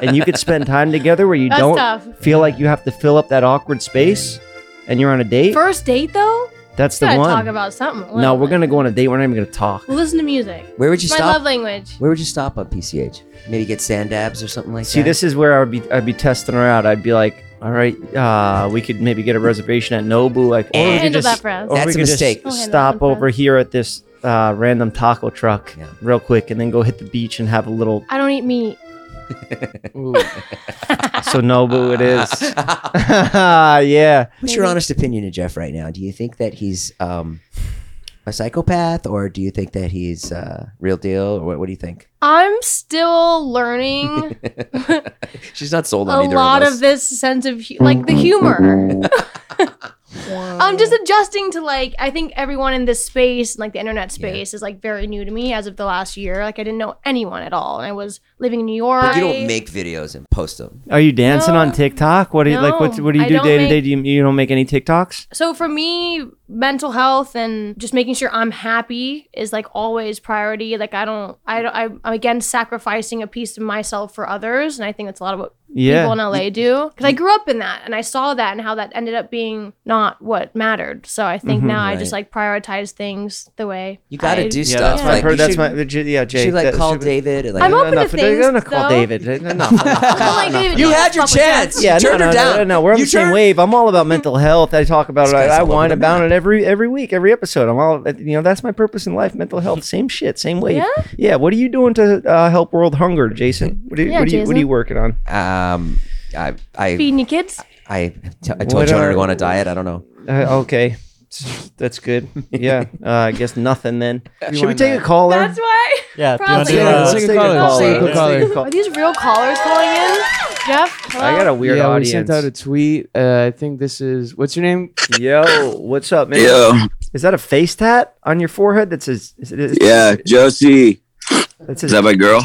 D: and you could spend time together where you
H: That's
D: don't
H: tough.
D: feel like you have to fill up that awkward space, and you're on a date.
H: First date though?
D: that's
H: We
D: the
H: gotta
D: one.
H: talk about something. a
D: No,
H: little
D: we're
H: bit.
D: gonna go on a date. We're not even gonna talk.
H: listen to music.
F: Where would you
H: My
F: stop?
H: love language.
F: Where would you stop on PCH? Maybe get sand dabs or something like
D: See,
F: that.
D: this is where I'd be I'd be testing her out. I'd be like, all right, uh, we could maybe get a reservation at Nobu, like, or we
F: Handle
D: could
H: that
D: just,
H: for us.
D: or
F: That's
D: we
F: a
D: could just
F: mistake.
H: We'll handle that
D: stop
H: for
D: over here at this uh, random taco truck
F: Yeah.
D: real quick, and then go hit the beach and have a little.
H: I don't eat meat.
I: Ooh.
D: So Nobu, it is. yeah,
F: What's your honest opinion of Jeff right now? Do you think that he's um, a psychopath, or do you think that he's uh, real deal, or what, what do you think?
H: I'm still learning
F: She's not sold
H: a lot of this sense of hu- like the humor. I'm just adjusting to like I think everyone in this space, like the internet space, is like very new to me as of the last year. Like I didn't know anyone at all, and I was living in New York.
F: But you don't make videos and post them.
D: are you dancing on
H: No.
D: TikTok? What do you like? What,
H: No,
D: what do you
H: I
D: do
H: don't
D: day to day?
H: make-
D: Do you, you don't make any TikToks?
H: So for me, mental health and just making sure I'm happy is like always priority. Like I don't, I don't, I, I'm against sacrificing a piece of myself for others, and I think that's a lot of what
D: Yeah,
H: people in LA do because I grew up in that and I saw that and how that ended up being not what mattered. So I think
D: Mm-hmm.
H: now I just like prioritize things the way
F: You got to
H: I-
F: do
D: yeah.
F: stuff.
D: That's what I've
F: like,
D: heard.
F: you
D: That's
F: should-
D: my yeah.
F: You
D: Jake,
F: should like
D: that-
F: call David. And, like,
H: I'm open
D: Enough,
H: to
D: they're
H: things,
D: gonna call
H: though.
D: David. Enough.
H: I'm like, David,
F: You
H: no,
F: had your
H: fuck with that.
F: chance. You turned
D: no, no,
F: her down.
D: No, no, we're on
F: You
D: the same
F: turned-
D: wave. I'm all about mental health. I talk about it.
F: This guy's
D: I, I
F: all over
D: whine
F: the
D: about it every every week, every episode. I'm all you know. That's my purpose in life: mental health. Same shit, same wave.
H: Yeah?
D: What are you doing to uh, help world hunger, Jason? What are, you
H: Yeah,
D: what, are you, what
H: Jason.
D: are you working on?
F: Um, I, I,
H: Feeding your kids.
F: I, t- I
D: What
F: told Jonah
D: are-
F: to go on a diet. I don't know.
D: Uh, okay, that's good. Yeah, uh, I guess nothing then. Should we
I: Rewind
D: take a
I: that.
D: caller?
H: That's why.
A: Yeah, do you want
H: Probably.
A: to
I: Yeah,
A: uh,
I: let's
D: let's
I: take a
D: take a
I: caller. Let's
D: caller.
I: take a
D: Let's
I: caller.
D: take a call.
H: Are these real callers calling in? Jeff, hello?
D: I got a weird
I: yeah,
D: audience.
I: we sent out a tweet. Uh, I think this is what's your name?
D: Yo, what's up, man?
J: Yeah,
D: Is that a face tat on your forehead? That says, is, is,
J: yeah, Josie.
D: That
J: Is
D: says,
J: that my girl?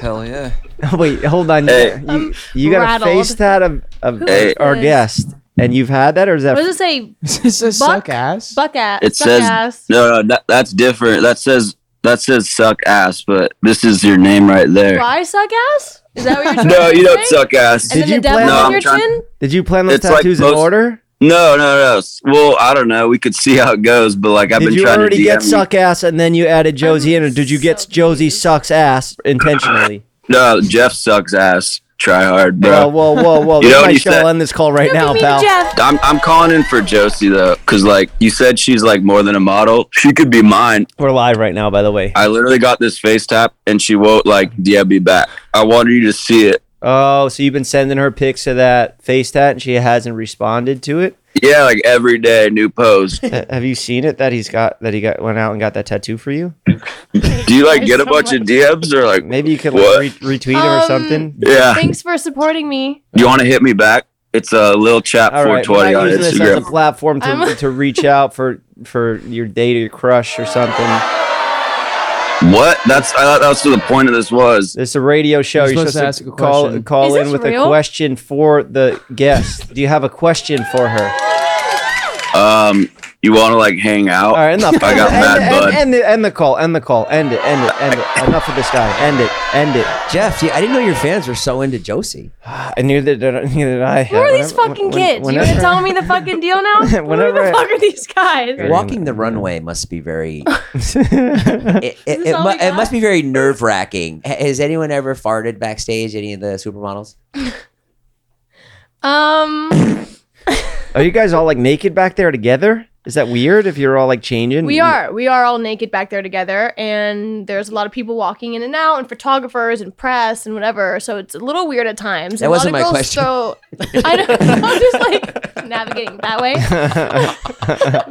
F: Hell yeah.
D: wait, hold on.
J: Hey.
D: You, you got
H: rattled.
D: a face tat of, of
H: Who
J: Hey.
H: is
D: our
H: this?
D: guest, and you've had that, or is that
H: What does it say?
I: This is
H: Buck?
I: suck ass.
H: Buck ass.
J: It
H: suck
J: says-
H: ass.
J: No, no, that, that's different. That says that says suck ass, but this is your name right
H: Do
J: there.
H: I suck ass? Is that what you're trying
J: No,
H: to
J: you don't
H: say?
J: suck ass.
H: And
D: Did
H: then the
D: you
H: devil
D: plan-
J: No,
H: on
J: I'm
H: your
J: trying-
H: chin?
D: Did you plan those
J: It's like
D: tattoos in
J: most-
D: order?
J: No, no, no. Well, I don't know. We could see how it goes, but like I've
D: Did
J: been
D: you
J: trying
D: already
J: to DM
D: get
J: you.
D: suck ass and then you added Josie in, or did you get
H: so
D: Josie
H: confused.
D: sucks ass intentionally?
J: No, Jeff sucks ass. Try hard,
D: Whoa,
J: bro.
D: whoa, whoa, whoa!
J: You
D: This
J: know
D: might
J: what you
D: show
J: said.
D: end this call right
H: Don't
D: now,
H: be mean to
D: pal.
H: Jeff.
J: I'm, I'm calling in for Josie though, cause like you said, she's like more than a model. She could be mine.
D: We're live right now, by the way.
J: I literally got this face tap, and she won't like DM me back. I wanted you to see it.
D: Oh, so you've been sending her pics of that face tat, and she hasn't responded to it.
J: Yeah, like every day, new pose.
D: Uh, Have you seen it that he's got that he got went out and got that tattoo for you?
J: Do you like
H: Guys,
J: get a
H: so
J: bunch of DMs or like?
D: Maybe you could like,
J: What?
D: re- retweet him or
H: Um,
D: something.
J: Yeah.
H: Thanks for supporting me.
J: You want to hit me back? It's a uh, little chap
D: All right, we're
J: 420
D: not
J: on
D: using this as a
J: Instagram.
D: platform to,
H: I'm-
D: to reach out for for your date or your crush or something.
J: What? That's I thought that's what the point of this was.
D: It's a radio show.
I: You're
D: You're supposed,
I: supposed to ask a
D: call
I: question.
D: call
H: Is
D: in
H: this
D: with a
H: real?
D: question for the guest. Do you have a question for her?
J: Um, you want to like hang out?
D: All right, enough.
J: I got
D: end,
J: mad
D: end,
J: bud.
D: End, the, end the call. End the call. End it. End it. End it. enough of this guy. End it. End it.
F: Jeff, yeah, I didn't know your fans were so into Josie.
D: I knew that. Neither did I.
H: Who are these fucking kids? You gonna tell me the fucking deal now? Who
D: Whenever I-
H: the fuck are these guys?
D: Very
F: Walking the runway must be very.
D: tell?
F: It, it,
H: this
F: it,
H: all
F: mu-
H: we
F: it
H: got?
F: must be very nerve wracking. Has anyone ever farted backstage? Any of the supermodels?
H: Um,
D: are you guys all like naked back there together? Is that weird if you're all like changing?
H: We are. We are all naked back there together, and there's a lot of people walking in and out, and photographers and press and whatever. So it's a little weird at times.
F: That
H: And a lot
F: wasn't
H: of
F: my
H: girls
F: question.
H: throw- I know. I'm just like navigating that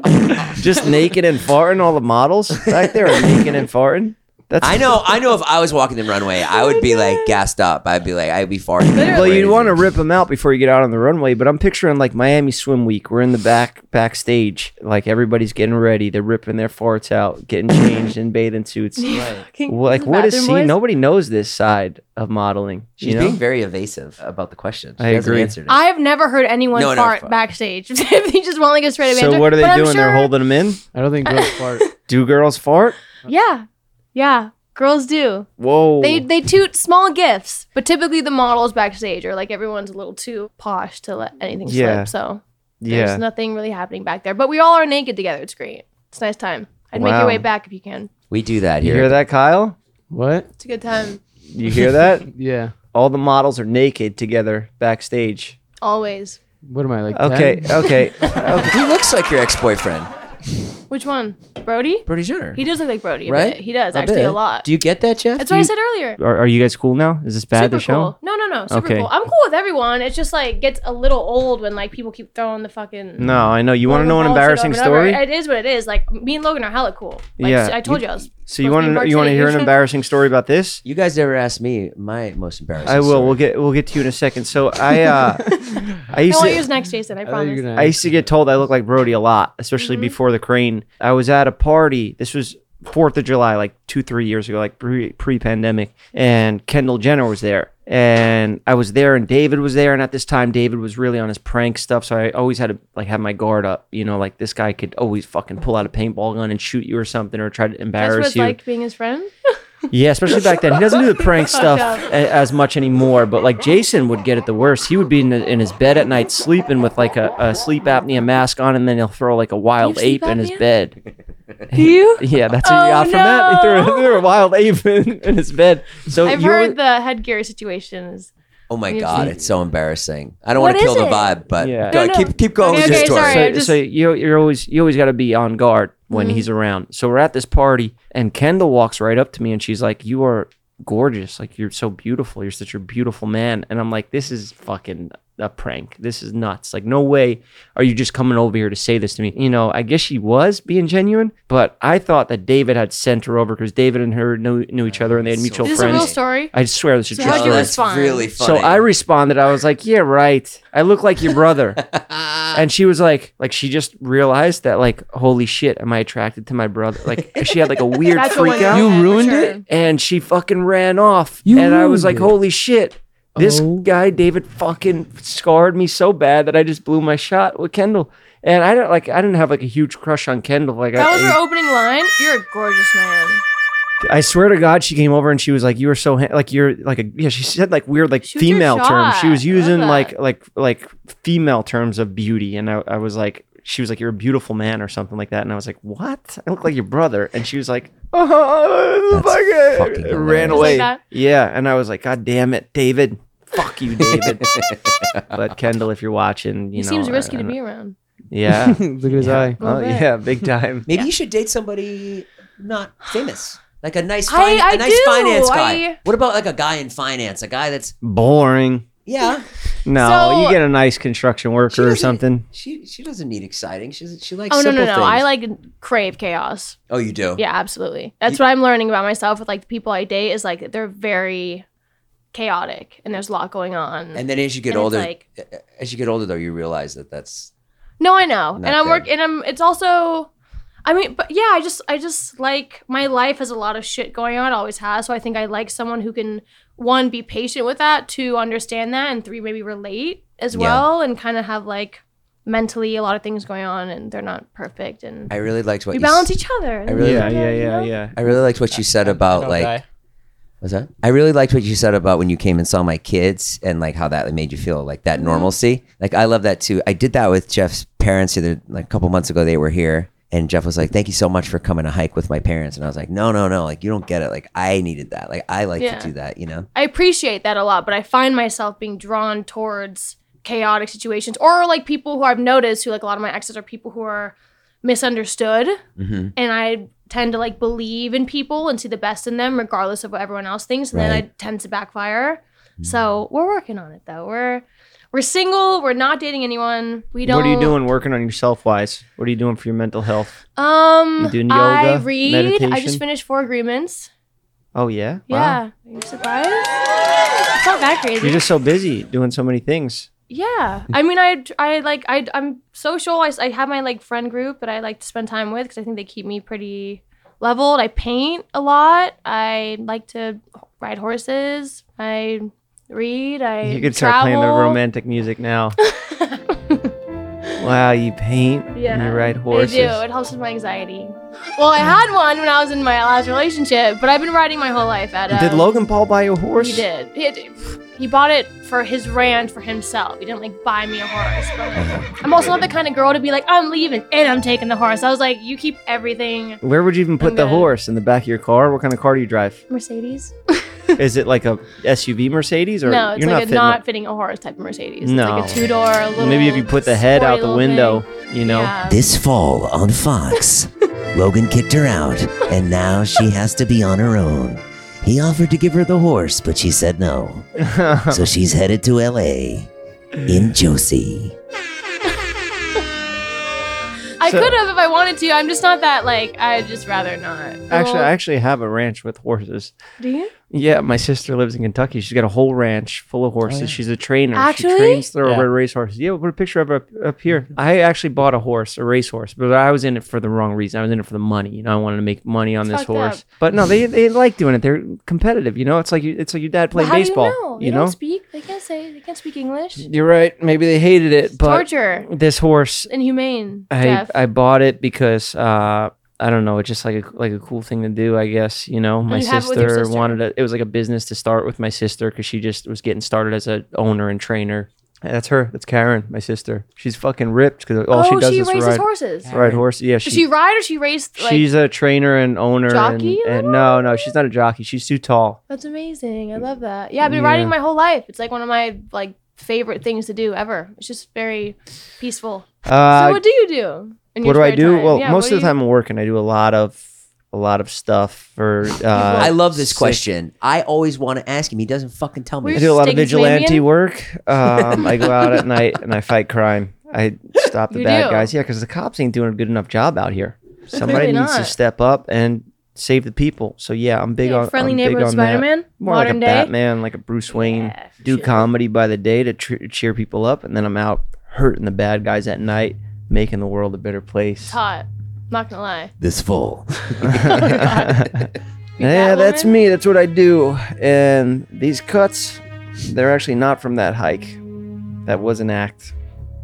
H: way.
D: Just naked and farting. All the models back there are naked and farting. That's
F: I know, I know. If I was walking the runway, I would be like gassed up. I'd be like, I'd be farting.
D: Well, you'd want to rip them out before you get out on the runway, but I'm picturing like Miami Swim Week. We're in the back backstage, like everybody's getting ready. They're ripping their farts out, getting changed in bathing suits.
H: Fucking
D: Well, like what is
H: bathroom
D: see?
H: boys.
D: Nobody knows this side of modeling.
F: She's
D: you know?
F: being very evasive about the question. She
D: I
F: hasn't
D: agree.
F: answered it.
H: I've never heard anyone
F: No, no,
H: fart
F: fuck.
H: backstage. they just want like a straight up
D: so
H: answer.
D: what are they
H: But I'm
D: doing? They're
H: sure-
D: holding them in.
I: I don't think girls fart.
D: Do girls fart?
H: Yeah, yeah. Girls do.
D: Whoa!
H: They they toot small gifts, but typically the models backstage are like everyone's a little too posh to let anything
D: Yeah.
H: slip. So
D: yeah.
H: There's nothing really happening back there, but we all are naked together. It's great. It's a nice time. I'd make
D: Wow.
H: your way back if you can.
F: we do that
D: you
F: here.
D: hear that, Kyle?
I: What?
H: It's a good time.
D: You hear that?
I: Yeah.
D: All the models are naked together backstage.
H: Always.
I: What am I like? 10?
D: Okay, uh, okay.
F: He looks like your ex-boyfriend,
H: Which one? Brody?
F: Brody Jenner.
H: He does look like Brody.
F: Right?
H: Right? He does,
F: I
H: actually,
F: bet.
H: a lot.
F: Do you get that, Jeff?
H: That's what I said earlier.
D: are, are you guys cool now? Is this bad?
H: Super
D: the show?
H: cool. No, no, no. Super
D: Okay.
H: cool. I'm cool with everyone. It's just like gets a little old when like people keep throwing the fucking.
D: No, I know. You want to
H: throwing
D: know an
H: bullshit
D: embarrassing
H: over and
D: story?
H: over. It is what it is. Like me and Logan are hella cool. Like,
D: Yeah.
H: I told
D: You-
H: you, I was.
D: So you
H: supposed to be
D: want
H: in
D: to
H: Park
D: you want to
H: City.
D: hear
H: You
D: an
H: should-
D: embarrassing story about this?
F: You guys never asked me my most embarrassing.
D: I will.
F: story.
D: We'll get we'll get to you in a second. So I uh I
H: I
D: used
H: want
D: to
H: yours next, Jason. I
I: I thought you were
H: promise.
I: gonna
D: I used to get told I look like Brody a lot, especially before the crane. I was at a party. This was Fourth of July, like two, three years ago, like pre pre pandemic, and Kendall Jenner was there. And I was there, and David was there, and at this time, David was really on his prank stuff. So I always had to like have my guard up, you know, like this guy could always fucking pull out a paintball gun and shoot you or something, or try to
H: That's what
D: embarrass
H: it's
D: you.
H: like being his friend.
D: Yeah, especially back then. He doesn't do the prank stuff a- as much anymore. But like Jason would get it the worst. He would be in, the, in his bed at night sleeping with like a, a sleep apnea mask on, and then he'll throw like a wild
H: sleep
D: ape in his
H: apnea?
D: bed.
H: you?
D: Yeah, that's what you
H: Oh,
D: got from that. He threw,
H: no.
D: he threw a wild ape in, in his bed. So
H: I've
D: you were-
H: heard the headgear situation is.
F: Oh my
H: You've
F: god,
H: seen-
F: it's so embarrassing. I don't
H: What
F: want to kill
H: is
F: the
H: it?
F: vibe, but
D: Yeah.
F: go-
H: No, no.
F: keep keep going
H: Okay,
F: with your
H: okay,
F: story.
H: sorry.
D: so,
H: I just-
D: so
H: Mm-hmm.
D: you you're always you always got to be on guard when he's around. So we're at this party, and Kendall walks right up to me, and she's like, "You are gorgeous. Like you're so beautiful. You're such a beautiful man." And I'm like, "This is fucking a prank. This is nuts. Like no way are you just coming over here to say this to me." You know, I guess she was being genuine, but I thought that David had sent her over because David and her knew knew each other and they had mutual
H: Is this a
D: friends.
H: real story?
D: I swear this is
H: So
D: true.
H: how'd
F: Oh,
H: you
F: that's
H: respond?
F: really
D: So
F: funny.
D: I responded. I was like, "Yeah, right. I look like your brother." and she was like, like she just realized that, like, holy shit, am I attracted to my brother? Like, she had like a weird
H: That's
D: freak out,
H: you ruined
I: it?
D: and she fucking ran off.
I: You
D: and I was like,
I: ruined it.
D: holy shit, this
I: Oh.
D: guy David fucking scarred me so bad that I just blew my shot with Kendall. And I don't like, I didn't have like a huge crush on Kendall. Like,
H: That
D: I,
H: was her opening line. You're a gorgeous man.
D: I swear to God, she came over and she was like, "You are so ha- like you're like a yeah." She said like weird like
H: Shoot your
D: female terms. She
H: shot.
D: was
H: I love
D: using
H: that.
D: like like like female terms of beauty, and I, I was like, she was like, "You're a beautiful man" or something like that, and I was like, "What? I look like your brother?" And she was like, "Oh,
F: That's
D: fuck it,"
F: fucking
D: ran
F: hilarious. Just
D: away.
H: like that?
D: yeah, and I was like, "God damn it, David." Fuck you, David. but Kendall, if you're watching, you
H: He
D: know,
H: seems
D: I- I
H: risky to
D: don't-
H: be around.
D: Yeah.
I: Look at his eye.
D: oh
H: bit.
D: yeah, big time.
F: Maybe you should date somebody not famous. Like a nice,
H: I-
F: fin- a
H: I
F: nice
H: do.
F: finance guy.
H: I-
F: What about like a guy in finance? A guy that's
D: Boring.
F: yeah.
D: No,
H: So-
D: you get a nice construction
F: She
D: worker or
F: doesn't-
D: something.
F: She she doesn't need exciting. She's she likes
H: Oh no
F: simple
H: no no!
F: things.
H: I like crave chaos.
F: Oh, you do.
H: Yeah, absolutely. That's what I'm learning about myself with like the people I date is like they're very chaotic and there's a lot going on.
F: And then as you get
H: And it's
F: older,
H: like-
F: as you get older though, you realize that that's
H: No, I know,
F: Not
H: and I'm
F: good.
H: work, and I'm. It's also, I mean, but yeah, I just, I just like my life has a lot of shit going on. It always has. So I think I like someone who can one be patient with that, two understand that, and three maybe relate as
F: Yeah.
H: well, and kind of have like mentally a lot of things going on, and they're not perfect, and
F: I really liked what
H: we
F: you s-
H: balance each other. and
F: really-
D: yeah,
H: you
D: yeah, yeah,
H: know?
D: yeah.
F: I really liked what you said about like was that? I really liked what you said about when you came and saw my kids and like how that made you feel like that normalcy. Like I love that too. I did that with Jeff's parents either like a couple months ago. They were here and Jeff was like, "Thank you so much for coming to hike with my parents." And I was like, "No, no, no. Like you don't get it. Like I needed that. Like I like
H: Yeah.
F: to do that. You know."
H: I appreciate that a lot, but I find myself being drawn towards chaotic situations or like people who I've noticed who like a lot of my exes are people who are misunderstood
F: Mm-hmm.
H: and I tend to like believe in people and see the best in them regardless of what everyone else thinks and then I tend to backfire.
D: Hmm.
H: So we're working on it though. We're we're single, we're not dating anyone. We don't
D: What are you doing working on yourself wise? What are you doing for your mental health?
H: Um
D: You doing
H: I
D: yoga,
H: read. I
D: meditation?
H: just finished four agreements.
D: Oh yeah.
H: Yeah. Are you surprised? It's not that crazy.
D: You're just so busy doing so many things.
H: Yeah, I mean, I I like I I'm social. I, s- I have my like friend group that I like to spend time with because I think they keep me pretty leveled. I paint a lot. I like to ride horses. I read. I
D: You could start playing the
H: travel.
D: romantic music now. wow, you paint.
H: Yeah,
D: And you ride horses.
H: I do. It helps with my anxiety. Well, I had one when I was in my last relationship, but I've been riding my whole life. At um,
D: Did Logan Paul buy you a horse?
H: He did. He, had- he bought it for his ranch for himself. He didn't like buy me a horse.
D: Mm-hmm.
H: But I'm also not the kind of girl to be like, I'm leaving and I'm taking the horse. I was like, you keep everything.
D: Where would you even put
H: I'm
D: the
H: gonna-
D: horse in the back of your car? What kind of car do you drive?
H: Mercedes?
D: Is it like a SUV Mercedes or
H: no, it's
D: you're
H: like
D: not
H: a
D: fitting
H: not
D: up-
H: fitting a horse type of Mercedes.
D: No.
H: It's like a two door, little.
D: Maybe if you put the head out
H: sporty
D: the
H: little
D: window,
H: thing.
D: you know.
H: Yeah.
C: This fall on Fox, Logan kicked her out, and now she has to be on her own. He offered to give her the horse, but she said no. So she's headed to LA in Josie.
H: I
D: So-
H: could have if I wanted to. I'm just not that, like, I'd just rather not.
D: Actually,
H: Well,
D: I actually have a ranch with horses.
H: Do you?
D: Yeah, my sister lives in Kentucky. She's got a whole ranch full of horses. She's a trainer.
H: Actually?
D: she trains thoroughbred race horses. Oh, Yeah, Mm-hmm. we'll put a picture of her up, up here. I actually bought a horse, a racehorse, but I was in it for the wrong reason. I was in it for the money. You know, I wanted to make money on this
H: Fucked up.
D: horse. But no, they they like doing it. They're competitive. You know, it's like you, it's like your dad
H: But
D: playing
H: how
D: baseball.
H: do you know? They
D: know,
H: don't speak. They can't say, they can't speak English.
D: you're right. Maybe they hated it, but
H: Torture.
D: this horse
H: Inhumane.
D: I,
H: Jeff.
D: I bought it because uh, I don't know. It's just like a like a cool thing to do, I guess. You know, my
H: you have it with your
D: sister,
H: sister.
D: wanted a, it was like a business to start with my sister because she just was getting started as a owner and trainer. And That's her. That's Karen, my sister. She's fucking ripped because all she
H: oh,
D: does
H: she
D: is
H: races
D: ride
H: horses.
D: ride horse. Yeah,
H: Does she ride or she raced? Like,
D: she's a trainer and owner.
H: Jockey in
D: and,
H: a
D: and
H: way?
D: no, no, she's not a jockey. She's too tall.
H: That's amazing. I love that. Yeah, I've been riding
D: Yeah.
H: my whole life. It's like one of my like favorite things to do ever. It's just very peaceful.
D: Uh,
H: so what do you do? in
D: what do
H: your
D: I
H: spare
D: do?
H: time?
D: Well,
H: Yeah,
D: most
H: what
D: of the
H: do
D: time I'm working. I do a lot of a lot of stuff for. Uh,
F: I love this
D: sick-
F: question. I always want to ask him. He doesn't fucking tell me.
H: We're
D: I do a lot of
H: Stick to
D: vigilante
H: Canadian?
D: work. Um, I go out at night and I fight crime. I stop the
H: You
D: bad
H: do.
D: guys. Yeah, because the cops ain't doing a good enough job out here. Somebody
H: Really
D: needs to
H: not.
D: step up and save the people. So yeah, I'm big
H: Yeah,
D: on
H: friendly
D: I'm big
H: neighborhood
D: on that.
H: Spider-Man,
D: More like
H: modern
D: a
H: day.
D: Batman, like a Bruce Wayne.
H: Yeah, for
D: do
H: sure.
D: comedy by the day to tr- cheer people up, and then I'm out hurting the bad guys at night, making the world a better place.
H: It's hot. Not gonna lie.
C: This fall.
D: yeah, that's
H: Batwoman?
D: me. That's what I do. And these cuts, they're actually not from that hike. That was an act.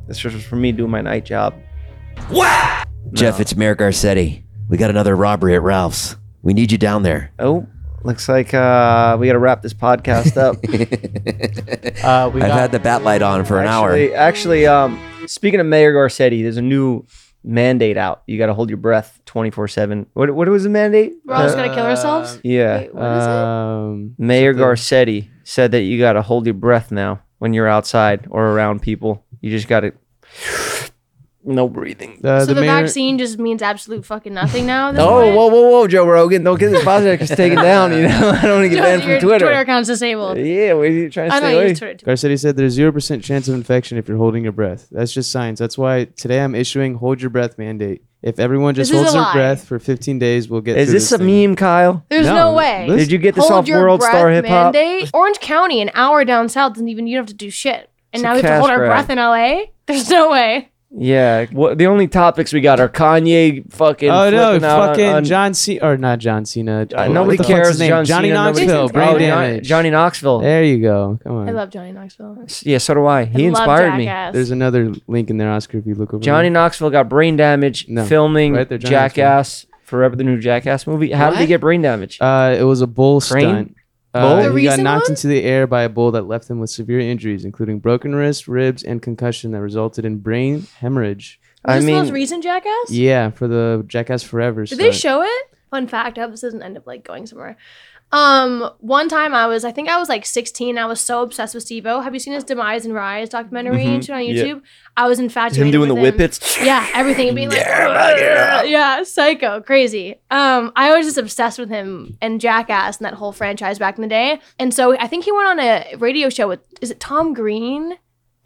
D: This was from me doing my night job.
C: Jeff, it's Mayor Garcetti. We got another robbery at Ralph's. We need you down there.
D: Oh, looks like uh, we got to wrap this podcast up.
I: Uh, we
F: I've
I: got,
F: had the bat light on for an hour.
D: actually, actually, um, speaking of Mayor Garcetti, there's a new mandate out. You got to hold your breath 24 7. What what was the mandate?
H: We're all just
D: Uh,
H: gonna kill ourselves.
D: yeah.
H: Wait, what is it?
I: Uh, um,
D: Mayor
I: something-
D: Garcetti said that you got to hold your breath now when you're outside or around people. You just got to no breathing.
I: Uh,
H: So
I: the,
H: the,
I: mayor,
H: vaccine just means absolute fucking nothing now. at this
D: Oh,
H: point?
D: whoa, whoa, whoa, Joe Rogan! Don't get this podcast taken down. You know, I don't want to get
H: Your-
D: banned
H: your
D: from Twitter.
H: Twitter account's disabled.
D: Yeah, what are you trying to
H: I
D: stay
H: know you
D: away?
H: use Twitter too.
I: Garcetti said there's zero percent chance of infection if you're holding your breath. That's just science. That's why today I'm issuing hold your breath mandate. If everyone just
H: This is
I: holds
H: a
I: their
H: lie.
I: breath for 15 days, we'll get.
D: Is
I: through
D: this a
I: thing.
D: meme, Kyle?
H: There's
I: No,
H: no, way.
I: this-
D: Did you get this
H: Hold
D: off
H: your
D: World
H: breath
D: Star Hip Hop?
H: mandate? Orange County, an hour down south, doesn't even you don't have to do shit.
D: It's a
H: And now we have to
D: cash
H: hold our
D: grab.
H: breath in LA. There's no way.
D: Yeah. What, the only topics we got are Kanye fucking.
I: Oh no!
D: flipping out on-
I: Fucking
D: on-
I: John Cena or not John Cena?
D: Uh,
I: What
D: nobody
I: the fuck's
D: cares.
I: his name?
D: John
I: Johnny
D: Cena, nobody
I: Knoxville.
D: cares.
I: Brain
D: Oh, Johnny-
I: damage.
D: Johnny Knoxville.
I: There you go. Come on.
H: I love Johnny Knoxville.
D: Yeah, so do I. Mm. He
H: I
D: inspired
H: love
D: me.
H: Jackass.
I: There's another link in there, Oscar. If you look over.
D: Johnny Knoxville got brain damage
I: No.
D: filming
I: Right there, Johnny
D: Jackass Forever, the new Jackass movie. How did he
F: What?
D: get brain damage?
I: There. Uh, it was a bull
D: Crane?
I: stunt.
D: Bull? The
I: Uh, he got
H: recent
I: knocked
H: one?
I: into the air by a bull that left him with severe injuries, including broken wrist, ribs, and concussion that resulted in brain hemorrhage.
H: Was
D: I
H: this the most
D: mean,
H: recent Jackass?
I: Yeah, for the Jackass Forever.
H: Did they
I: stunt.
H: show it? Fun fact, I hope this doesn't end up like going somewhere. Um, one time I was, I think I was like 16. I was so obsessed with Steve-O. Have you seen his Demise and Rise documentary and
D: Mhm,
H: shit on
D: yeah.
H: YouTube? I was infatuated
D: him doing the
H: with
D: whippets.
H: Yeah, everything. It'd be like, yeah, psycho, crazy. Um, I was just obsessed with him and Jackass and that whole franchise back in the day. And so I think he went on a radio show with, is it Tom Green?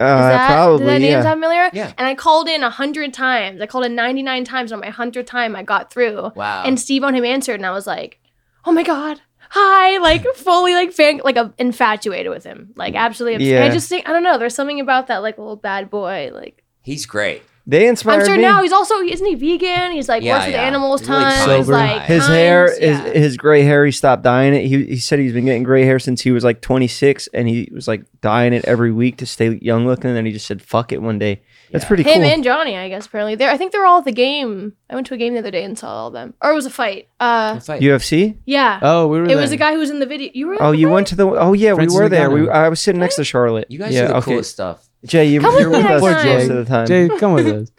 H: Is that,
D: Uh, probably.
H: Did that name
D: yeah.
H: sound familiar?
F: Yeah.
H: And I called in a hundred times. I called in 99 times. and On my hundred time, I got through.
F: Wow.
H: And Steve on him answered, and I was like, "Oh my god, hi!" Like fully, like fan, like uh, infatuated with him, like absolutely. Obs-
D: Yeah.
H: I just think I don't know. There's something about that, like little bad boy. Like
F: He's great.
D: They inspired
H: I'm sure
D: me.
H: now he's also isn't he vegan? He's like
F: Yeah,
H: works with
F: yeah.
H: animals,
F: He's really
H: times
F: sober.
H: like
D: his hair
H: times,
D: is
H: yeah.
D: his gray hair. He stopped dyeing it. He he said he's been getting gray hair since he was like 26, and he was like dyeing it every week to stay young looking. And then he just said, "Fuck it," one day. That's pretty
H: him
D: cool.
H: and Johnny. I guess apparently they're. I think they're all at the game. I went to a game the other day and saw all of them, or it was a fight. Uh,
F: It's like-
D: UFC.
H: yeah.
I: Oh, we were.
H: it was
I: there.
H: a guy who was in the video. You were. at
D: Oh,
H: the
D: you
H: fight?
D: went to the. Oh yeah,
I: Francis
D: we were there. We,
I: Ngannou.
D: I was sitting next to Charlotte.
F: you guys
D: yeah,
F: do the
D: okay.
F: coolest stuff.
D: Jay, you,
H: Come
D: you're
H: with
D: with
H: me
D: us
H: next time.
D: most of the time.
I: Jay, come with us.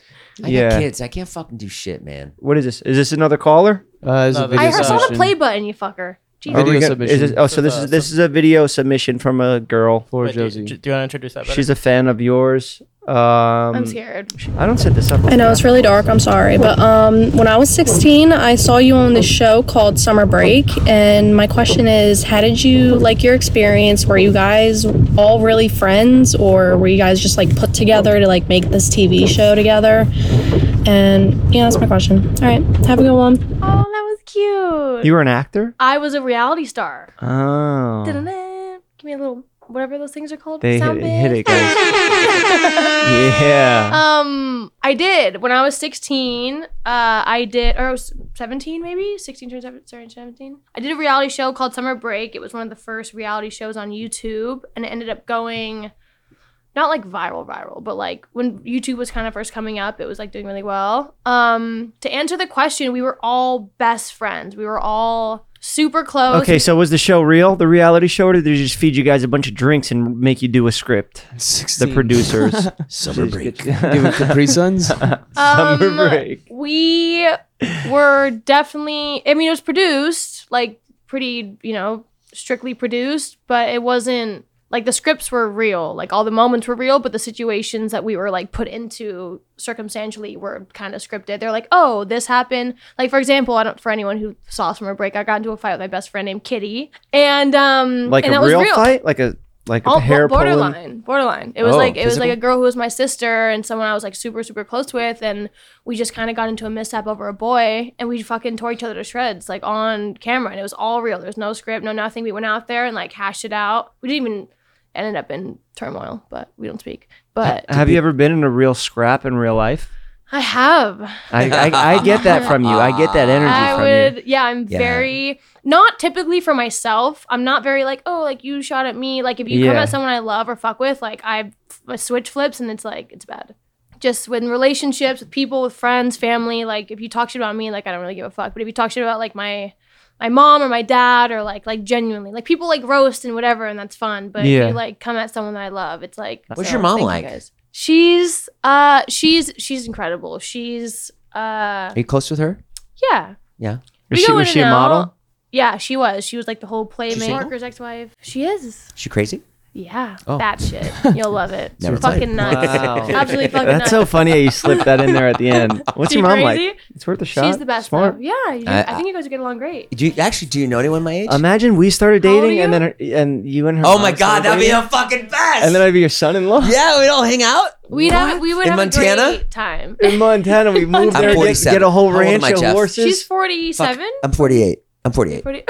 F: I
D: Yeah.
F: got kids. I can't fucking do shit, man.
D: What is this? Is this another caller?
I: Uh, it's
E: No,
I: a
E: they
I: video
E: just-
H: I heard- saw the
I: submission
H: play button, you fucker. Jesus.
D: Are we
I: Video
D: gonna-
I: submission.
D: Is this, oh, so this is this is a video submission from a girl.
I: for
E: Wait, do,
I: Josie.
E: do you want to introduce that? Better?
D: She's a fan of yours. Um, I'm
H: I'm scared.
D: I don't set this up.
A: I know it's really dark. I'm sorry, but um, when I was 16, I saw you on this show called Summer Break, and my question is, how did you like your experience? Were you guys all really friends, or were you guys just like put together to like make this TV show together? And yeah, that's my question. All right, have a good one.
H: Oh, that was cute.
D: You were an actor.
H: I was a reality star.
D: Oh.
H: Da-da-da. Give me a little whatever those things are called.
D: They hit,
H: sound
D: hit it,
H: bits.
D: guys. Yeah.
H: Um, I did when I was 16. Uh, I did or I was 17 maybe 16 turned seven- sorry 17. I did a reality show called Summer Break. It was one of the first reality shows on YouTube, and it ended up going. Not like viral, viral, but like when YouTube was kind of first coming up, it was like doing really well. Um, to answer the question, we were all best friends. We were all super close.
D: Okay, so was the show real, the reality show, or did they just feed you guys a bunch of drinks and make you do a script? The
I: 16.
D: producers.
C: Summer break.
I: Give it Capri Suns.
D: Summer
H: Um,
D: break.
H: we were definitely i mean it was produced like pretty you know strictly produced but it wasn't like the scripts were real like all the moments were real but the situations that we were like put into circumstantially were kind of scripted they're like oh this happened like for example i don't for anyone who saw summer break i got into a fight with my best friend named kitty and um
D: Like
H: and
D: a
H: that was
D: real, fight, like a like
H: all
D: a hair pulling-
H: Oh, borderline, borderline. It was
F: Oh,
H: like it was like
F: physical?
H: a girl who was my sister and someone I was like super super close with, and we just kind of got into a mishap over a boy, and we fucking tore each other to shreds like on camera, and it was all real. There's no script, no nothing. We went out there and like hashed it out. We didn't even ended up in turmoil, but we don't speak. But
D: Have you ever been in a real scrap in real life?
H: I have.
D: I, I, I get that from you. I get that energy
H: I
D: from
H: would, yeah, I'm
F: Yeah.
H: very not typically for myself. I'm not very like, oh, like you shot at me. Like if you come
D: Yeah.
H: at someone I love or fuck with, like I f- switch flips and it's like it's bad. Just with relationships, with people, with friends, family. Like if you talk shit about me, like I don't really give a fuck. But if you talk shit about like my my mom or my dad or like like genuinely like people like roast and whatever and that's fun. But
D: Yeah.
H: if you like come at someone that I love, it's like
F: What's your mom
H: thank you
F: like?
H: guys. She's uh she's she's incredible. She's
F: Are
H: uh
F: you close with her?
H: yeah.
D: you.
H: We
D: Is she,
H: go
D: was
H: in
D: she a
H: and
D: model?
H: out. Yeah, she was. She was like the whole playmate.
F: single?
H: Parker's ex-wife. She is.
F: Is she crazy?
H: Yeah,
F: Oh.
H: that shit. You'll love it.
F: Never
H: fucking nuts. Absolutely fucking
D: That's
H: nuts.
D: so funny how you slipped that in there at the end. What's
H: She
D: your mom
H: crazy?
D: like? It's worth a shot.
H: She's the best.
D: Smart.
H: Though. Yeah, you,
F: I-
H: I, think you guys would get along great.
F: Do you actually do you know anyone my age?
D: Imagine we started
H: How old are
D: dating and
H: you?
D: then her, and you and her.
F: oh
D: mom
F: my
D: started
F: god, that'd be
D: dating,
F: the fucking best.
D: And then I'd be your son-in-law.
F: yeah, we'd all hang out.
H: We'd have, we would
F: In
H: have a
F: Montana?
H: great time.
D: in Montana. We moved
F: I'm
D: there, get,
F: 47.
D: get a whole
F: How old am
D: ranch
F: I,
D: of
F: Jeff?
D: horses.
H: She's
F: Fuck,
H: 47.
F: I'm 48. I'm 48.
H: 40,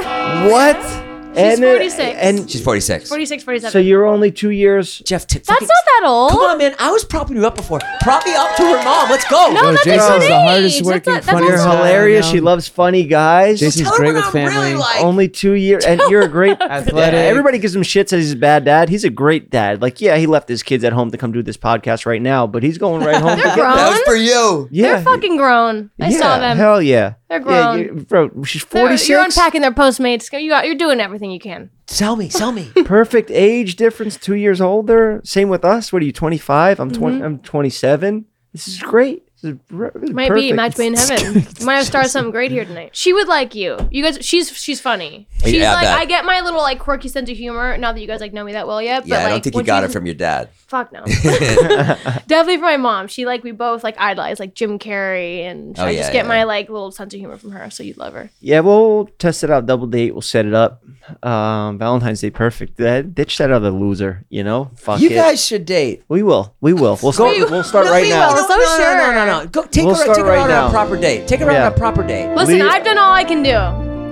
D: what? and,
H: 46.
D: And
F: She's 46.
H: 46, 47.
D: so you're only two years.
F: Jeff, t-
H: that's
F: fucking-
H: not that old.
F: Come on, man. I was propping you up before. Prop me up to her mom. Let's go.
H: No, that's
I: Jason's
H: a good
I: the
H: age.
I: hardest
H: That's
I: working
H: not- that's
I: funny
D: You're
H: also-
I: guy
D: hilarious.
I: I know.
D: She loves funny guys.
I: Jason's
F: Tell her
I: great
F: what
I: with
F: I'm
I: family.
F: really like.
D: only two years, and you're a great
I: Athletic.
D: Yeah, Everybody gives him shit. Says he's a bad dad. He's a great dad. Like, yeah, he left his kids at home to come do this podcast right now, but he's going right home. to
H: They're
D: get-
H: grown.
F: that was for you.
D: yeah,
H: They're fucking grown. I
D: yeah,
H: saw them.
D: Hell yeah.
H: They're
D: Yeah,
H: grown.
D: you- bro, she's
H: They're-
D: 46.
H: You're unpacking their Postmates. You got, you're doing everything you can.
F: Tell me. Tell me.
D: perfect age difference,
H: Mm-hmm.
D: two years older. Same with us. What are you, 25? I'm 20, I'm 27. This is great. This
H: Might be match made in heaven. Might have started something great here tonight. She would like you. You guys, she's she's funny.
F: You
H: She's
F: add
H: like
F: that.
H: I get my little like quirky sense of humor. Not that you guys like know me that well yet,
F: Yeah,
H: but like
F: I don't think you
H: once
F: got it from your dad.
H: Fuck no. Definitely from my mom. She like we both like idolize like Jim Carrey, and
D: Oh,
H: I
D: yeah,
H: just get
D: yeah.
H: my like little sense of humor from her. So you'd love her.
D: Yeah, we'll test it out. Double date. We'll set it up. Um, Valentine's Day, perfect. That ditch that other loser. You know, fuck
F: you
D: it.
F: guys should date.
D: we will. We will. We'll
F: Go-
D: start. We'll start
F: No,
D: right
F: we
D: now.
F: will. So
H: no, sure.
F: No, no, no. Go take
D: We'll
F: her.
D: start
F: Take her
D: right
F: out
D: now.
F: on a proper date. Take her
D: Yeah.
F: out on a proper date.
H: Listen,
D: Leave-
H: I've done all I can do.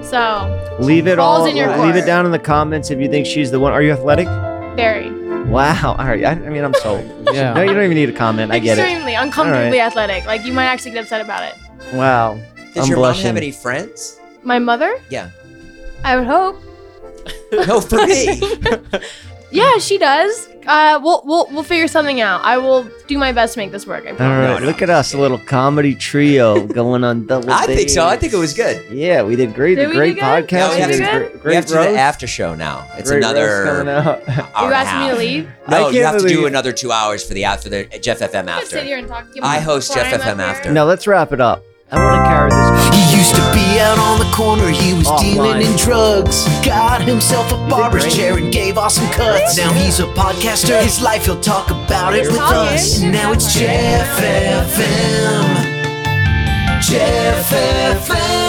H: So
D: Leave it
H: Ball's
D: all.
H: in your
D: Leave
H: court.
D: it down in the comments if you think she's the one. Are you athletic?
H: very
D: Wow. All right. I, I mean, I'm sold.
I: Yeah.
D: No, you don't even need a comment. I get it.
H: extremely uncomfortably
D: All
H: athletic. Like you might actually get upset about it.
D: Wow.
F: Does
D: I'm
F: your
D: blushing.
F: mom have any friends?
H: My mother,
F: Yeah.
H: I would hope.
F: No, for me.
H: Yeah, she does. Uh, we'll we'll we'll figure something out. I will do my best to make this work. I
D: All
H: promise.
D: right. Look at us, a little comedy trio going on double.
F: I think so. I think
D: dates.
F: it was good.
D: Yeah, we did great.
H: Did
D: the
H: we
D: great
H: do good?
F: Now
D: podcast.
F: we have
D: we
F: to,
D: did
H: good?
D: gr-
F: we
D: great
F: have to do the
D: roast.
F: after show now. It's
D: Great roast coming
F: another.
D: out.
F: hour and a
H: you asked me to
F: half.
H: leave.
F: No,
D: I
F: you
D: can't
F: have to do
D: believe-
F: another two hours for the after the Jeff FM
H: I could sit
F: after.
H: here and talk. give
F: I
H: my
F: host Jeff
H: prime
F: FM
H: up
F: after.
H: here.
D: No, let's wrap it up. I want to carry this.
C: He used to be out on the corner, he
F: Oh,
C: was dealing
D: Offline.
C: in drugs. Got himself a barber's chair and gave awesome cuts. Now he's a podcaster, his life he'll talk about it with
H: Talking.
C: us. Now it's Jeff FM. Jeff FM.